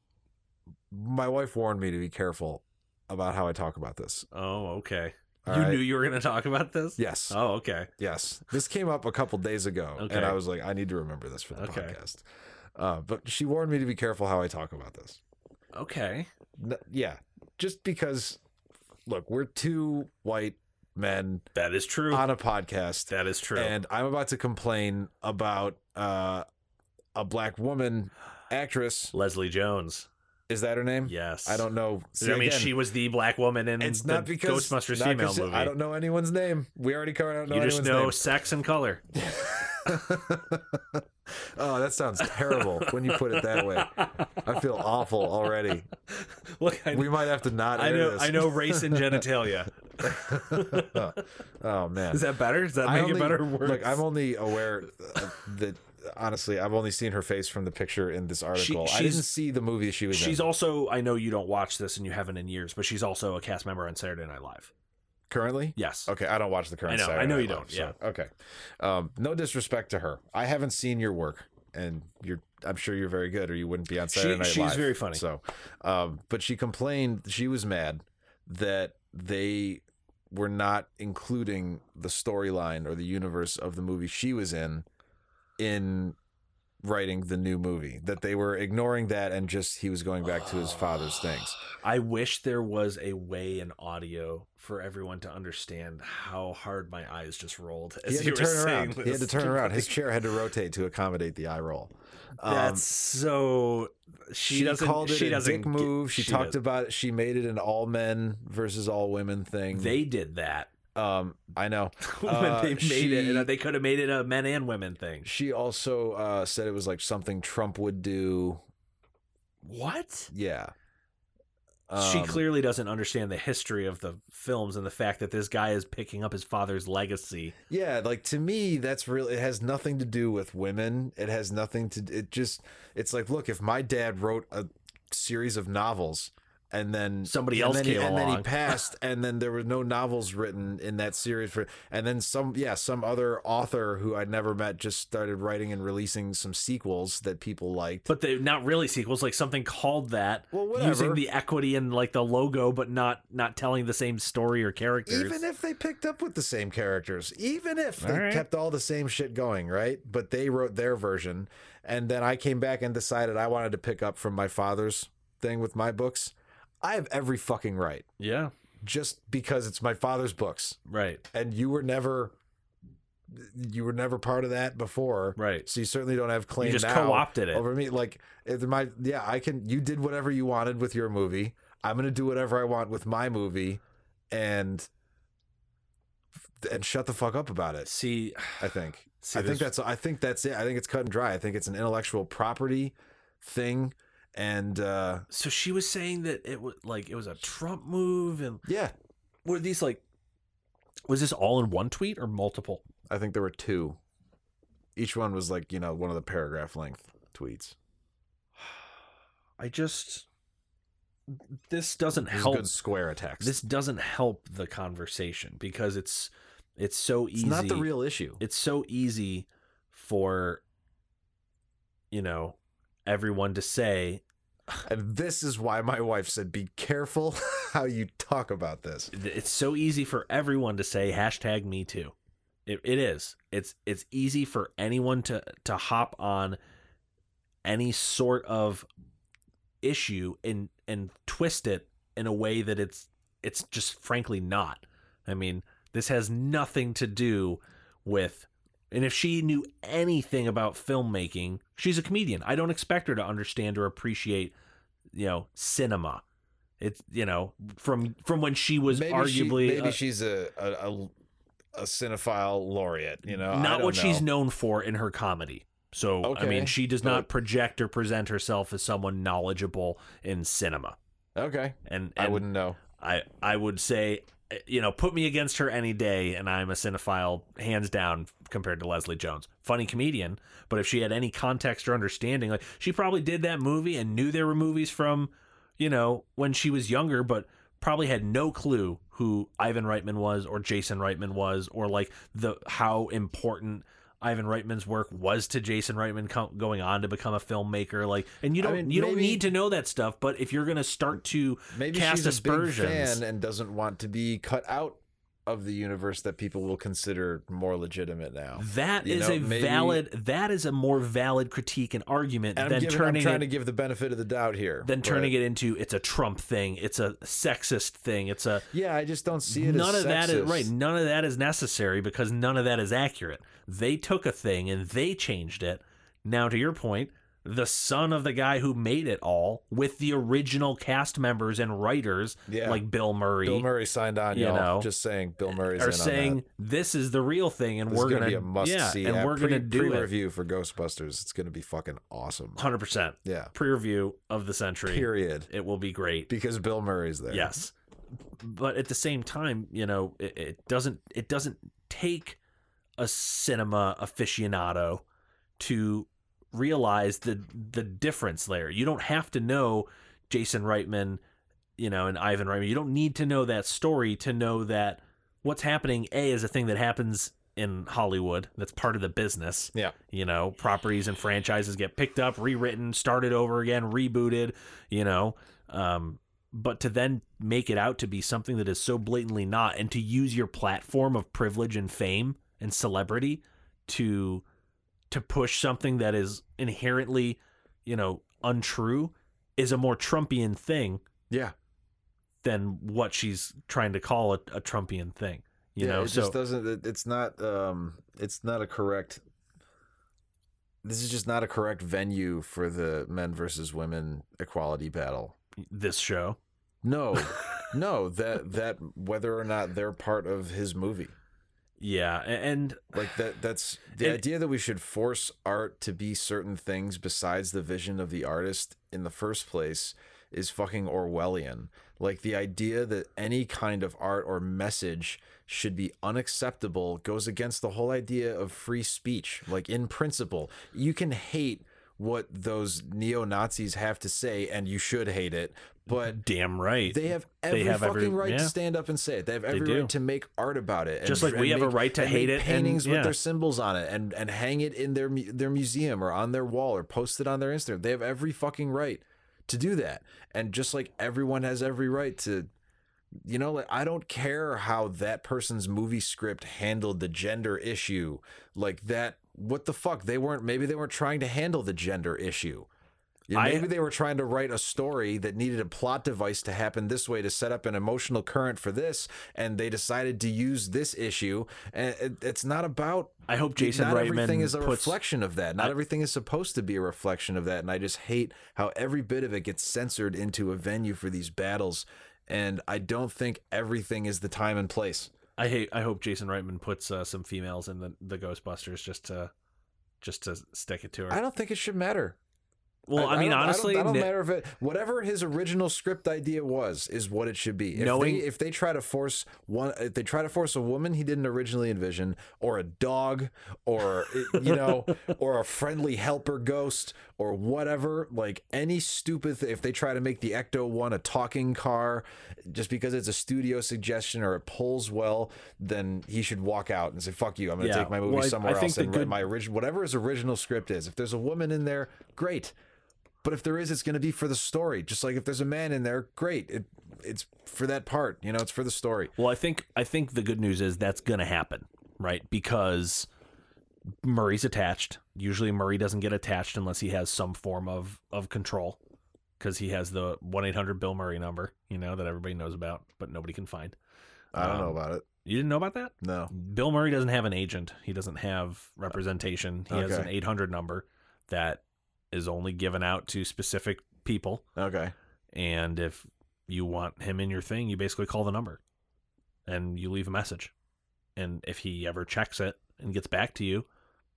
Speaker 2: my wife warned me to be careful about how I talk about this.
Speaker 1: Oh, okay.
Speaker 2: All
Speaker 1: you
Speaker 2: right?
Speaker 1: knew you were going to talk about this?
Speaker 2: Yes,
Speaker 1: Oh, okay.
Speaker 2: yes. This came up a couple days ago,
Speaker 1: Okay.
Speaker 2: and I was like, I need to remember this for the
Speaker 1: Okay.
Speaker 2: podcast. Uh, but she warned me to be careful how I talk about this.
Speaker 1: Okay.
Speaker 2: N- yeah, just because. Look, we're two white men
Speaker 1: That is true.
Speaker 2: on a podcast
Speaker 1: that is true.
Speaker 2: and i'm about to complain about uh, a black woman actress
Speaker 1: Leslie Jones.
Speaker 2: is that her name
Speaker 1: Yes.
Speaker 2: Hmm. i don't know See,
Speaker 1: I mean,
Speaker 2: again,
Speaker 1: she was the black woman in
Speaker 2: it's
Speaker 1: the
Speaker 2: not because
Speaker 1: Ghostbusters
Speaker 2: not
Speaker 1: female
Speaker 2: because-
Speaker 1: movie.
Speaker 2: i don't know anyone's name we already covered I don't know
Speaker 1: you just know
Speaker 2: anyone's
Speaker 1: sex and color.
Speaker 2: name. oh that sounds terrible when you put it that way i feel awful already
Speaker 1: Look, I,
Speaker 2: we might have to not
Speaker 1: I
Speaker 2: air
Speaker 1: know,
Speaker 2: this.
Speaker 1: I know race and genitalia.
Speaker 2: oh man
Speaker 1: Is that better? Does that
Speaker 2: I
Speaker 1: make
Speaker 2: only-
Speaker 1: it better or worse?
Speaker 2: Look, I'm only aware uh, that honestly, I've only seen her face from the picture in this article. I
Speaker 1: she's-
Speaker 2: didn't see the movie she was
Speaker 1: she's
Speaker 2: in.
Speaker 1: also, I know you don't watch this and you haven't in years, but she's also a cast member on Saturday Night Live.
Speaker 2: Currently,
Speaker 1: Yes.
Speaker 2: okay, I don't watch the current.
Speaker 1: I know- I
Speaker 2: Saturday
Speaker 1: know
Speaker 2: Night
Speaker 1: you
Speaker 2: Live,
Speaker 1: don't,
Speaker 2: so- okay. Um, no disrespect to her. I haven't seen your work, and you're. I'm sure you're very good, or you wouldn't be on Saturday Night
Speaker 1: she's
Speaker 2: Live.
Speaker 1: very funny.
Speaker 2: So, um, but she complained. She was mad that they were not including the storyline or the universe of the movie she was in in writing the new movie. That they were ignoring that and just he was going back to his father's things.
Speaker 1: I wish there was a way in audio for everyone to understand how hard my eyes just rolled
Speaker 2: He
Speaker 1: as
Speaker 2: had
Speaker 1: you
Speaker 2: to
Speaker 1: were
Speaker 2: turn
Speaker 1: saying
Speaker 2: around. He had to
Speaker 1: this.
Speaker 2: turn around. His chair had to rotate to accommodate the eye roll. Um,
Speaker 1: That's so. She,
Speaker 2: she
Speaker 1: doesn't.
Speaker 2: called it
Speaker 1: she
Speaker 2: a
Speaker 1: doesn't
Speaker 2: dick
Speaker 1: get-
Speaker 2: move. She, talked
Speaker 1: doesn't.
Speaker 2: about it. She made it an all men versus all women thing.
Speaker 1: They did that
Speaker 2: um, I know.
Speaker 1: when
Speaker 2: Uh,
Speaker 1: they made it.
Speaker 2: she-
Speaker 1: and They could have made it a men and women thing.
Speaker 2: She also uh, said it was like something Trump would do.
Speaker 1: What?
Speaker 2: Yeah.
Speaker 1: she
Speaker 2: Um,
Speaker 1: clearly doesn't understand the history of the films and the fact that this guy is picking up his father's legacy.
Speaker 2: Yeah, like to me, that's really it has nothing to do with women. It has nothing to it just it's like look, if my dad wrote a series of novels and then
Speaker 1: Somebody
Speaker 2: and
Speaker 1: else
Speaker 2: then he,
Speaker 1: came
Speaker 2: and then he
Speaker 1: along.
Speaker 2: passed and then there were no novels written in that series for and then some yeah, some other author who I'd never met just started writing and releasing some sequels that people liked.
Speaker 1: But they're not really sequels, like something called that.
Speaker 2: Well,
Speaker 1: Using
Speaker 2: whatever.
Speaker 1: the equity and like the logo, but not not telling the same story or characters.
Speaker 2: even if they picked up with the same characters, even if they
Speaker 1: All right.
Speaker 2: kept all the same shit going, right? But they wrote their version, and then I came back and decided I wanted to pick up from my father's thing with my books. I have every fucking right,
Speaker 1: yeah,
Speaker 2: just because it's my father's books,
Speaker 1: right,
Speaker 2: and you were never, you were never part of that before,
Speaker 1: right.
Speaker 2: so you certainly don't have claim
Speaker 1: You just
Speaker 2: now
Speaker 1: co-opted it.
Speaker 2: over me. Like if my yeah, I can. You did whatever you wanted with your movie. I'm gonna do whatever I want with my movie, and and shut the fuck up about it.
Speaker 1: See,
Speaker 2: I think.
Speaker 1: see
Speaker 2: I think
Speaker 1: there's-
Speaker 2: that's. I think that's it. I think it's cut and dry. I think it's an intellectual property thing, and uh,
Speaker 1: so she was saying that it was like it was a Trump move, and
Speaker 2: yeah,
Speaker 1: were these like was this all in one tweet or multiple?
Speaker 2: I think there were two. Each one was like you know one of the paragraph length tweets.
Speaker 1: I just this doesn't
Speaker 2: It was
Speaker 1: help.
Speaker 2: good square attacks.
Speaker 1: This doesn't help the conversation because it's it's so easy.
Speaker 2: it's not the real issue.
Speaker 1: it's so easy for you know everyone to say
Speaker 2: And this is why my wife said, be careful how you talk about this.
Speaker 1: it's so easy for everyone to say hashtag me too it, it is it's it's easy for anyone to to hop on any sort of issue and and twist it in a way that it's it's just frankly not i mean this has nothing to do with and if she knew anything about filmmaking she's a comedian i don't expect her to understand or appreciate you know cinema it's you know from from when she was arguably
Speaker 2: she, maybe
Speaker 1: a-
Speaker 2: she's a, a, a, a cinephile laureate, you know? I
Speaker 1: not
Speaker 2: don't
Speaker 1: what she's
Speaker 2: know.
Speaker 1: known for in her comedy. So I
Speaker 2: Okay,
Speaker 1: mean, she does not
Speaker 2: but-
Speaker 1: project or present herself as someone knowledgeable in cinema.
Speaker 2: Okay.
Speaker 1: And,
Speaker 2: I
Speaker 1: and
Speaker 2: wouldn't know.
Speaker 1: I I would say, eh, you know, put me against her any day, and I'm a cinephile hands down compared to Leslie Jones. Funny comedian, but if she had any context or understanding, like she probably did that movie and knew there were movies from, you know, when she was younger, but probably had no clue who Ivan Reitman was or Jason Reitman was or like the how important. Ivan Reitman's work was to Jason Reitman co- going on to become a filmmaker, like, and you
Speaker 2: I
Speaker 1: don't
Speaker 2: mean,
Speaker 1: you don't
Speaker 2: maybe-
Speaker 1: need to know that stuff. But if you're going to start to
Speaker 2: Maybe
Speaker 1: Cast
Speaker 2: she's a big
Speaker 1: aspersions.
Speaker 2: fan and doesn't want to be cut out of the universe that people will consider more legitimate now.
Speaker 1: That
Speaker 2: You
Speaker 1: is
Speaker 2: know,
Speaker 1: a
Speaker 2: maybe-
Speaker 1: valid. That is a more valid critique and argument
Speaker 2: And I'm,
Speaker 1: than
Speaker 2: giving, I'm
Speaker 1: turning
Speaker 2: trying
Speaker 1: it,
Speaker 2: to give the benefit of the doubt here.
Speaker 1: than
Speaker 2: but-
Speaker 1: turning it into it's a Trump thing, it's a sexist thing, it's a
Speaker 2: Yeah, I just don't see it
Speaker 1: none
Speaker 2: as
Speaker 1: of that is
Speaker 2: sexist.
Speaker 1: right. None of that is necessary because none of that is accurate. They took a thing and they changed it. Now, to your point, the son of the guy who made it all, with the original cast members and writers
Speaker 2: Yeah.
Speaker 1: like Bill Murray,
Speaker 2: Bill Murray signed on,
Speaker 1: you
Speaker 2: y'all.
Speaker 1: know,
Speaker 2: just saying Bill Murray's in
Speaker 1: are
Speaker 2: on that.
Speaker 1: saying this is the real thing, and
Speaker 2: This
Speaker 1: we're
Speaker 2: is gonna,
Speaker 1: gonna
Speaker 2: be a must
Speaker 1: yeah,
Speaker 2: see.
Speaker 1: and
Speaker 2: Yeah,
Speaker 1: we're
Speaker 2: pre,
Speaker 1: gonna do it.
Speaker 2: review for Ghostbusters. It's gonna be fucking awesome.
Speaker 1: Hundred percent.
Speaker 2: Yeah.
Speaker 1: pre-review of the century.
Speaker 2: Period.
Speaker 1: It will be great.
Speaker 2: Because Bill Murray's there.
Speaker 1: Yes, but at the same time, you know, it, it doesn't it doesn't take a cinema aficionado to realize the the difference there. You don't have to know Jason Reitman, you know, and Ivan Reitman. You don't need to know that story to know that what's happening. A is a thing that happens in Hollywood. That's part of the business.
Speaker 2: Yeah.
Speaker 1: You know, properties and franchises get picked up, rewritten, started over again, rebooted. You know, um, but to then make it out to be something that is so blatantly not, and to use your platform of privilege and fame and celebrity to to push something that is inherently, you know, untrue is a more Trumpian thing
Speaker 2: Yeah.
Speaker 1: than what she's trying to call a, a Trumpian thing. You
Speaker 2: yeah,
Speaker 1: know,
Speaker 2: it
Speaker 1: so
Speaker 2: just doesn't. It, it's not. Um, it's not a correct. This is just not a correct venue for the men versus women equality battle.
Speaker 1: this show,
Speaker 2: No, no, that that whether or not they're part of his movie,
Speaker 1: yeah, a- and
Speaker 2: like that. That's the
Speaker 1: And-
Speaker 2: idea that we should force art to be certain things besides the vision of the artist in the first place is fucking Orwellian. Like the idea that any kind of art or message should be unacceptable goes against the whole idea of free speech. Like in principle, you can hate what those neo Nazis have to say, and you should hate it, but
Speaker 1: damn right,
Speaker 2: they have every
Speaker 1: have
Speaker 2: fucking
Speaker 1: every-
Speaker 2: right to
Speaker 1: yeah.
Speaker 2: stand up and say it. They have every
Speaker 1: do.
Speaker 2: right to make art about it. and-
Speaker 1: Just like we
Speaker 2: and
Speaker 1: have a
Speaker 2: make-
Speaker 1: right to
Speaker 2: and
Speaker 1: hate
Speaker 2: make
Speaker 1: it and-
Speaker 2: Paintings with
Speaker 1: yeah.
Speaker 2: their symbols on it and and hang it in their mu- their museum or on their wall or post it on their Instagram. They have every fucking right to do that. And just like everyone has every right to. You know, like I don't care how that person's movie script handled the gender issue. Like that, what the fuck? They weren't. Maybe they weren't trying to handle the gender issue. Yeah,
Speaker 1: I-
Speaker 2: maybe they were trying to write a story that needed a plot device to happen this way to set up an emotional current for this, and they decided to use this issue. And it- it's not about
Speaker 1: I hope Jason
Speaker 2: not everything
Speaker 1: Reitman
Speaker 2: is a
Speaker 1: puts
Speaker 2: reflection of that. Not
Speaker 1: I-
Speaker 2: everything is supposed to be a reflection of that. And I just hate how every bit of it gets censored into a venue for these battles. And I don't think everything is the time and place.
Speaker 1: I hate. I hope Jason Reitman puts uh, some females in the, the Ghostbusters just to just to stick it to her.
Speaker 2: I don't think it should matter.
Speaker 1: well, I, mean,
Speaker 2: don't-
Speaker 1: honestly,
Speaker 2: I don't, I
Speaker 1: Nick-
Speaker 2: don't matter if it. Whatever his original script idea was, is what it should be. If
Speaker 1: Knowing-
Speaker 2: they, if they try to force one, if they try to force a woman he didn't originally envision, or a dog, or eh, you know, or a friendly helper ghost, or whatever, like any stupid. Th- if they try to make the Ecto one a talking car, just because it's a studio suggestion or it pulls well, then he should walk out and say, "Fuck you! I'm going to
Speaker 1: Yeah.
Speaker 2: take my movie
Speaker 1: Well, I-
Speaker 2: somewhere
Speaker 1: I think
Speaker 2: else
Speaker 1: the
Speaker 2: and write
Speaker 1: good-
Speaker 2: my original whatever his original script is. If there's a woman in there, great." But if there is, it's going to be for the story. Just like if there's a man in there, great. It, it's for that part. You know, it's for the story.
Speaker 1: Well, I think I think the good news is that's going to happen, right? Because Murray's attached. Usually, Murray doesn't get attached unless he has some form of of control, because he has the one eight hundred Bill Murray number, you know, that everybody knows about, but nobody can find.
Speaker 2: I don't
Speaker 1: Um,
Speaker 2: know about it.
Speaker 1: You didn't know about that?
Speaker 2: No.
Speaker 1: Bill Murray doesn't have an agent. He doesn't have representation. He has
Speaker 2: Okay.
Speaker 1: an eight hundred number that is only given out to specific people.
Speaker 2: Okay.
Speaker 1: And if you want him in your thing, you basically call the number and you leave a message. And if he ever checks it and gets back to you,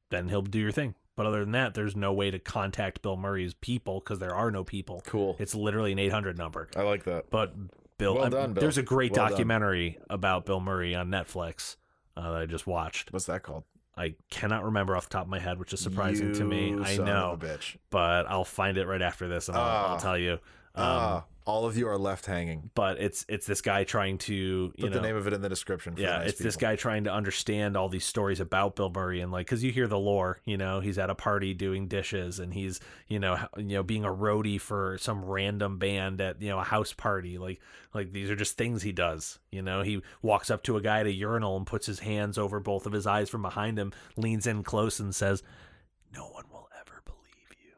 Speaker 1: then he'll do your thing. But other than that, there's no way to contact Bill Murray's people because there are no people.
Speaker 2: Cool.
Speaker 1: It's literally an 800 number.
Speaker 2: I like that.
Speaker 1: But Bill,
Speaker 2: Well
Speaker 1: I'm-
Speaker 2: done, Bill.
Speaker 1: there's a great
Speaker 2: Well done.
Speaker 1: documentary about Bill Murray on Netflix uh, that I just watched.
Speaker 2: What's that called?
Speaker 1: I cannot remember off the top of my head, which is surprising to me.
Speaker 2: You
Speaker 1: I
Speaker 2: son of a
Speaker 1: know,
Speaker 2: bitch.
Speaker 1: but I'll find it right after this and I'll, I'll
Speaker 2: Ah.
Speaker 1: tell you. Um,
Speaker 2: Ah, all of you are left hanging.
Speaker 1: but it's it's this guy trying to you
Speaker 2: Put
Speaker 1: know
Speaker 2: the name of it in the description. For
Speaker 1: yeah
Speaker 2: nice
Speaker 1: it's this
Speaker 2: people.
Speaker 1: guy trying to understand all these stories about Bill Murray and like because you hear the lore you know he's at a party doing dishes and he's you know h- you know being a roadie for some random band at you know a house party like like these are just things he does you know he walks up to a guy at a urinal and puts his hands over both of his eyes from behind him leans in close and says no one will ever believe you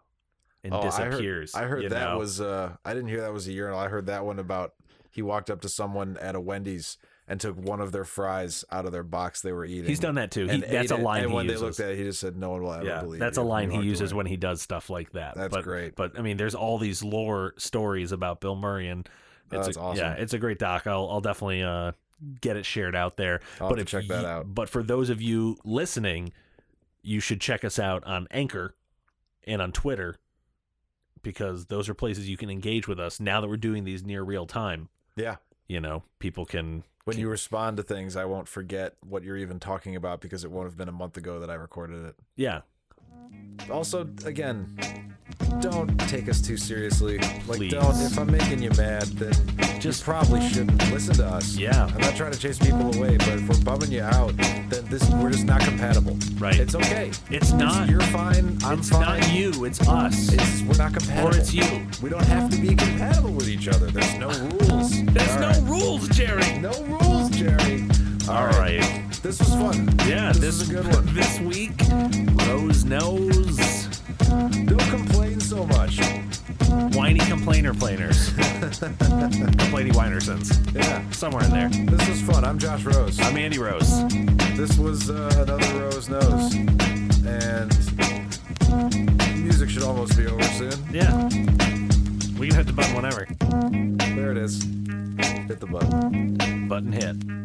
Speaker 1: and
Speaker 2: Oh, I heard-
Speaker 1: disappears
Speaker 2: I heard
Speaker 1: you
Speaker 2: that
Speaker 1: know?
Speaker 2: was. Uh, I didn't hear that was a urinal. I heard that one about he walked up to someone at a Wendy's and took one of their fries out of their box they were eating.
Speaker 1: he's done that too he,
Speaker 2: and
Speaker 1: that's
Speaker 2: ate
Speaker 1: a
Speaker 2: it,
Speaker 1: line
Speaker 2: And
Speaker 1: he
Speaker 2: when
Speaker 1: uses.
Speaker 2: they looked at it, he just said, "No one will ever
Speaker 1: yeah,
Speaker 2: believe."
Speaker 1: that's
Speaker 2: you,"
Speaker 1: a
Speaker 2: and
Speaker 1: line he
Speaker 2: walked
Speaker 1: uses
Speaker 2: away.
Speaker 1: when he does stuff like that.
Speaker 2: That's
Speaker 1: but,
Speaker 2: great.
Speaker 1: But I mean, there's all these lore stories about Bill Murray, and
Speaker 2: Oh,
Speaker 1: it's
Speaker 2: that's
Speaker 1: a,
Speaker 2: awesome.
Speaker 1: yeah, it's a great doc. I'll I'll definitely uh, get it shared out there.
Speaker 2: I'll
Speaker 1: but
Speaker 2: have
Speaker 1: if
Speaker 2: to check that
Speaker 1: you-
Speaker 2: out.
Speaker 1: But for those of you listening, you should check us out on Anchor and on Twitter because those are places you can engage with us. Now that we're doing these near real time,
Speaker 2: Yeah.
Speaker 1: you know, people can
Speaker 2: When
Speaker 1: can-
Speaker 2: you respond to things, I won't forget what you're even talking about because it won't have been a month ago that I recorded it.
Speaker 1: yeah.
Speaker 2: Also, again, don't take us too seriously. Like,
Speaker 1: Please.
Speaker 2: don't. If I'm making you mad, then just
Speaker 1: Just-
Speaker 2: you probably shouldn't listen to us.
Speaker 1: Yeah.
Speaker 2: I'm not trying to chase people away, but if we're bumming you out, then this we're just not compatible.
Speaker 1: Right.
Speaker 2: It's okay.
Speaker 1: It's not
Speaker 2: You're fine. I'm
Speaker 1: it's
Speaker 2: fine.
Speaker 1: not you, it's us.
Speaker 2: It's, we're not compatible.
Speaker 1: or it's you.
Speaker 2: We don't have to be compatible with each other. There's no rules.
Speaker 1: There's
Speaker 2: All
Speaker 1: no
Speaker 2: right.
Speaker 1: rules, Jerry.
Speaker 2: No rules, Jerry.
Speaker 1: All right.
Speaker 2: This was fun.
Speaker 1: Yeah,
Speaker 2: this,
Speaker 1: this,
Speaker 2: is a good one.
Speaker 1: This week, Rose knows
Speaker 2: Don't complain so much.
Speaker 1: whiny complainer planers, complaining Winersons,
Speaker 2: Yeah,
Speaker 1: somewhere in there.
Speaker 2: this was fun. I'm Josh Rose.
Speaker 1: I'm Andy Rose.
Speaker 2: This was uh, another Rose Nose, and music should almost be over soon.
Speaker 1: Yeah, we can hit the button whenever.
Speaker 2: There it is. Hit the button.
Speaker 1: Button hit.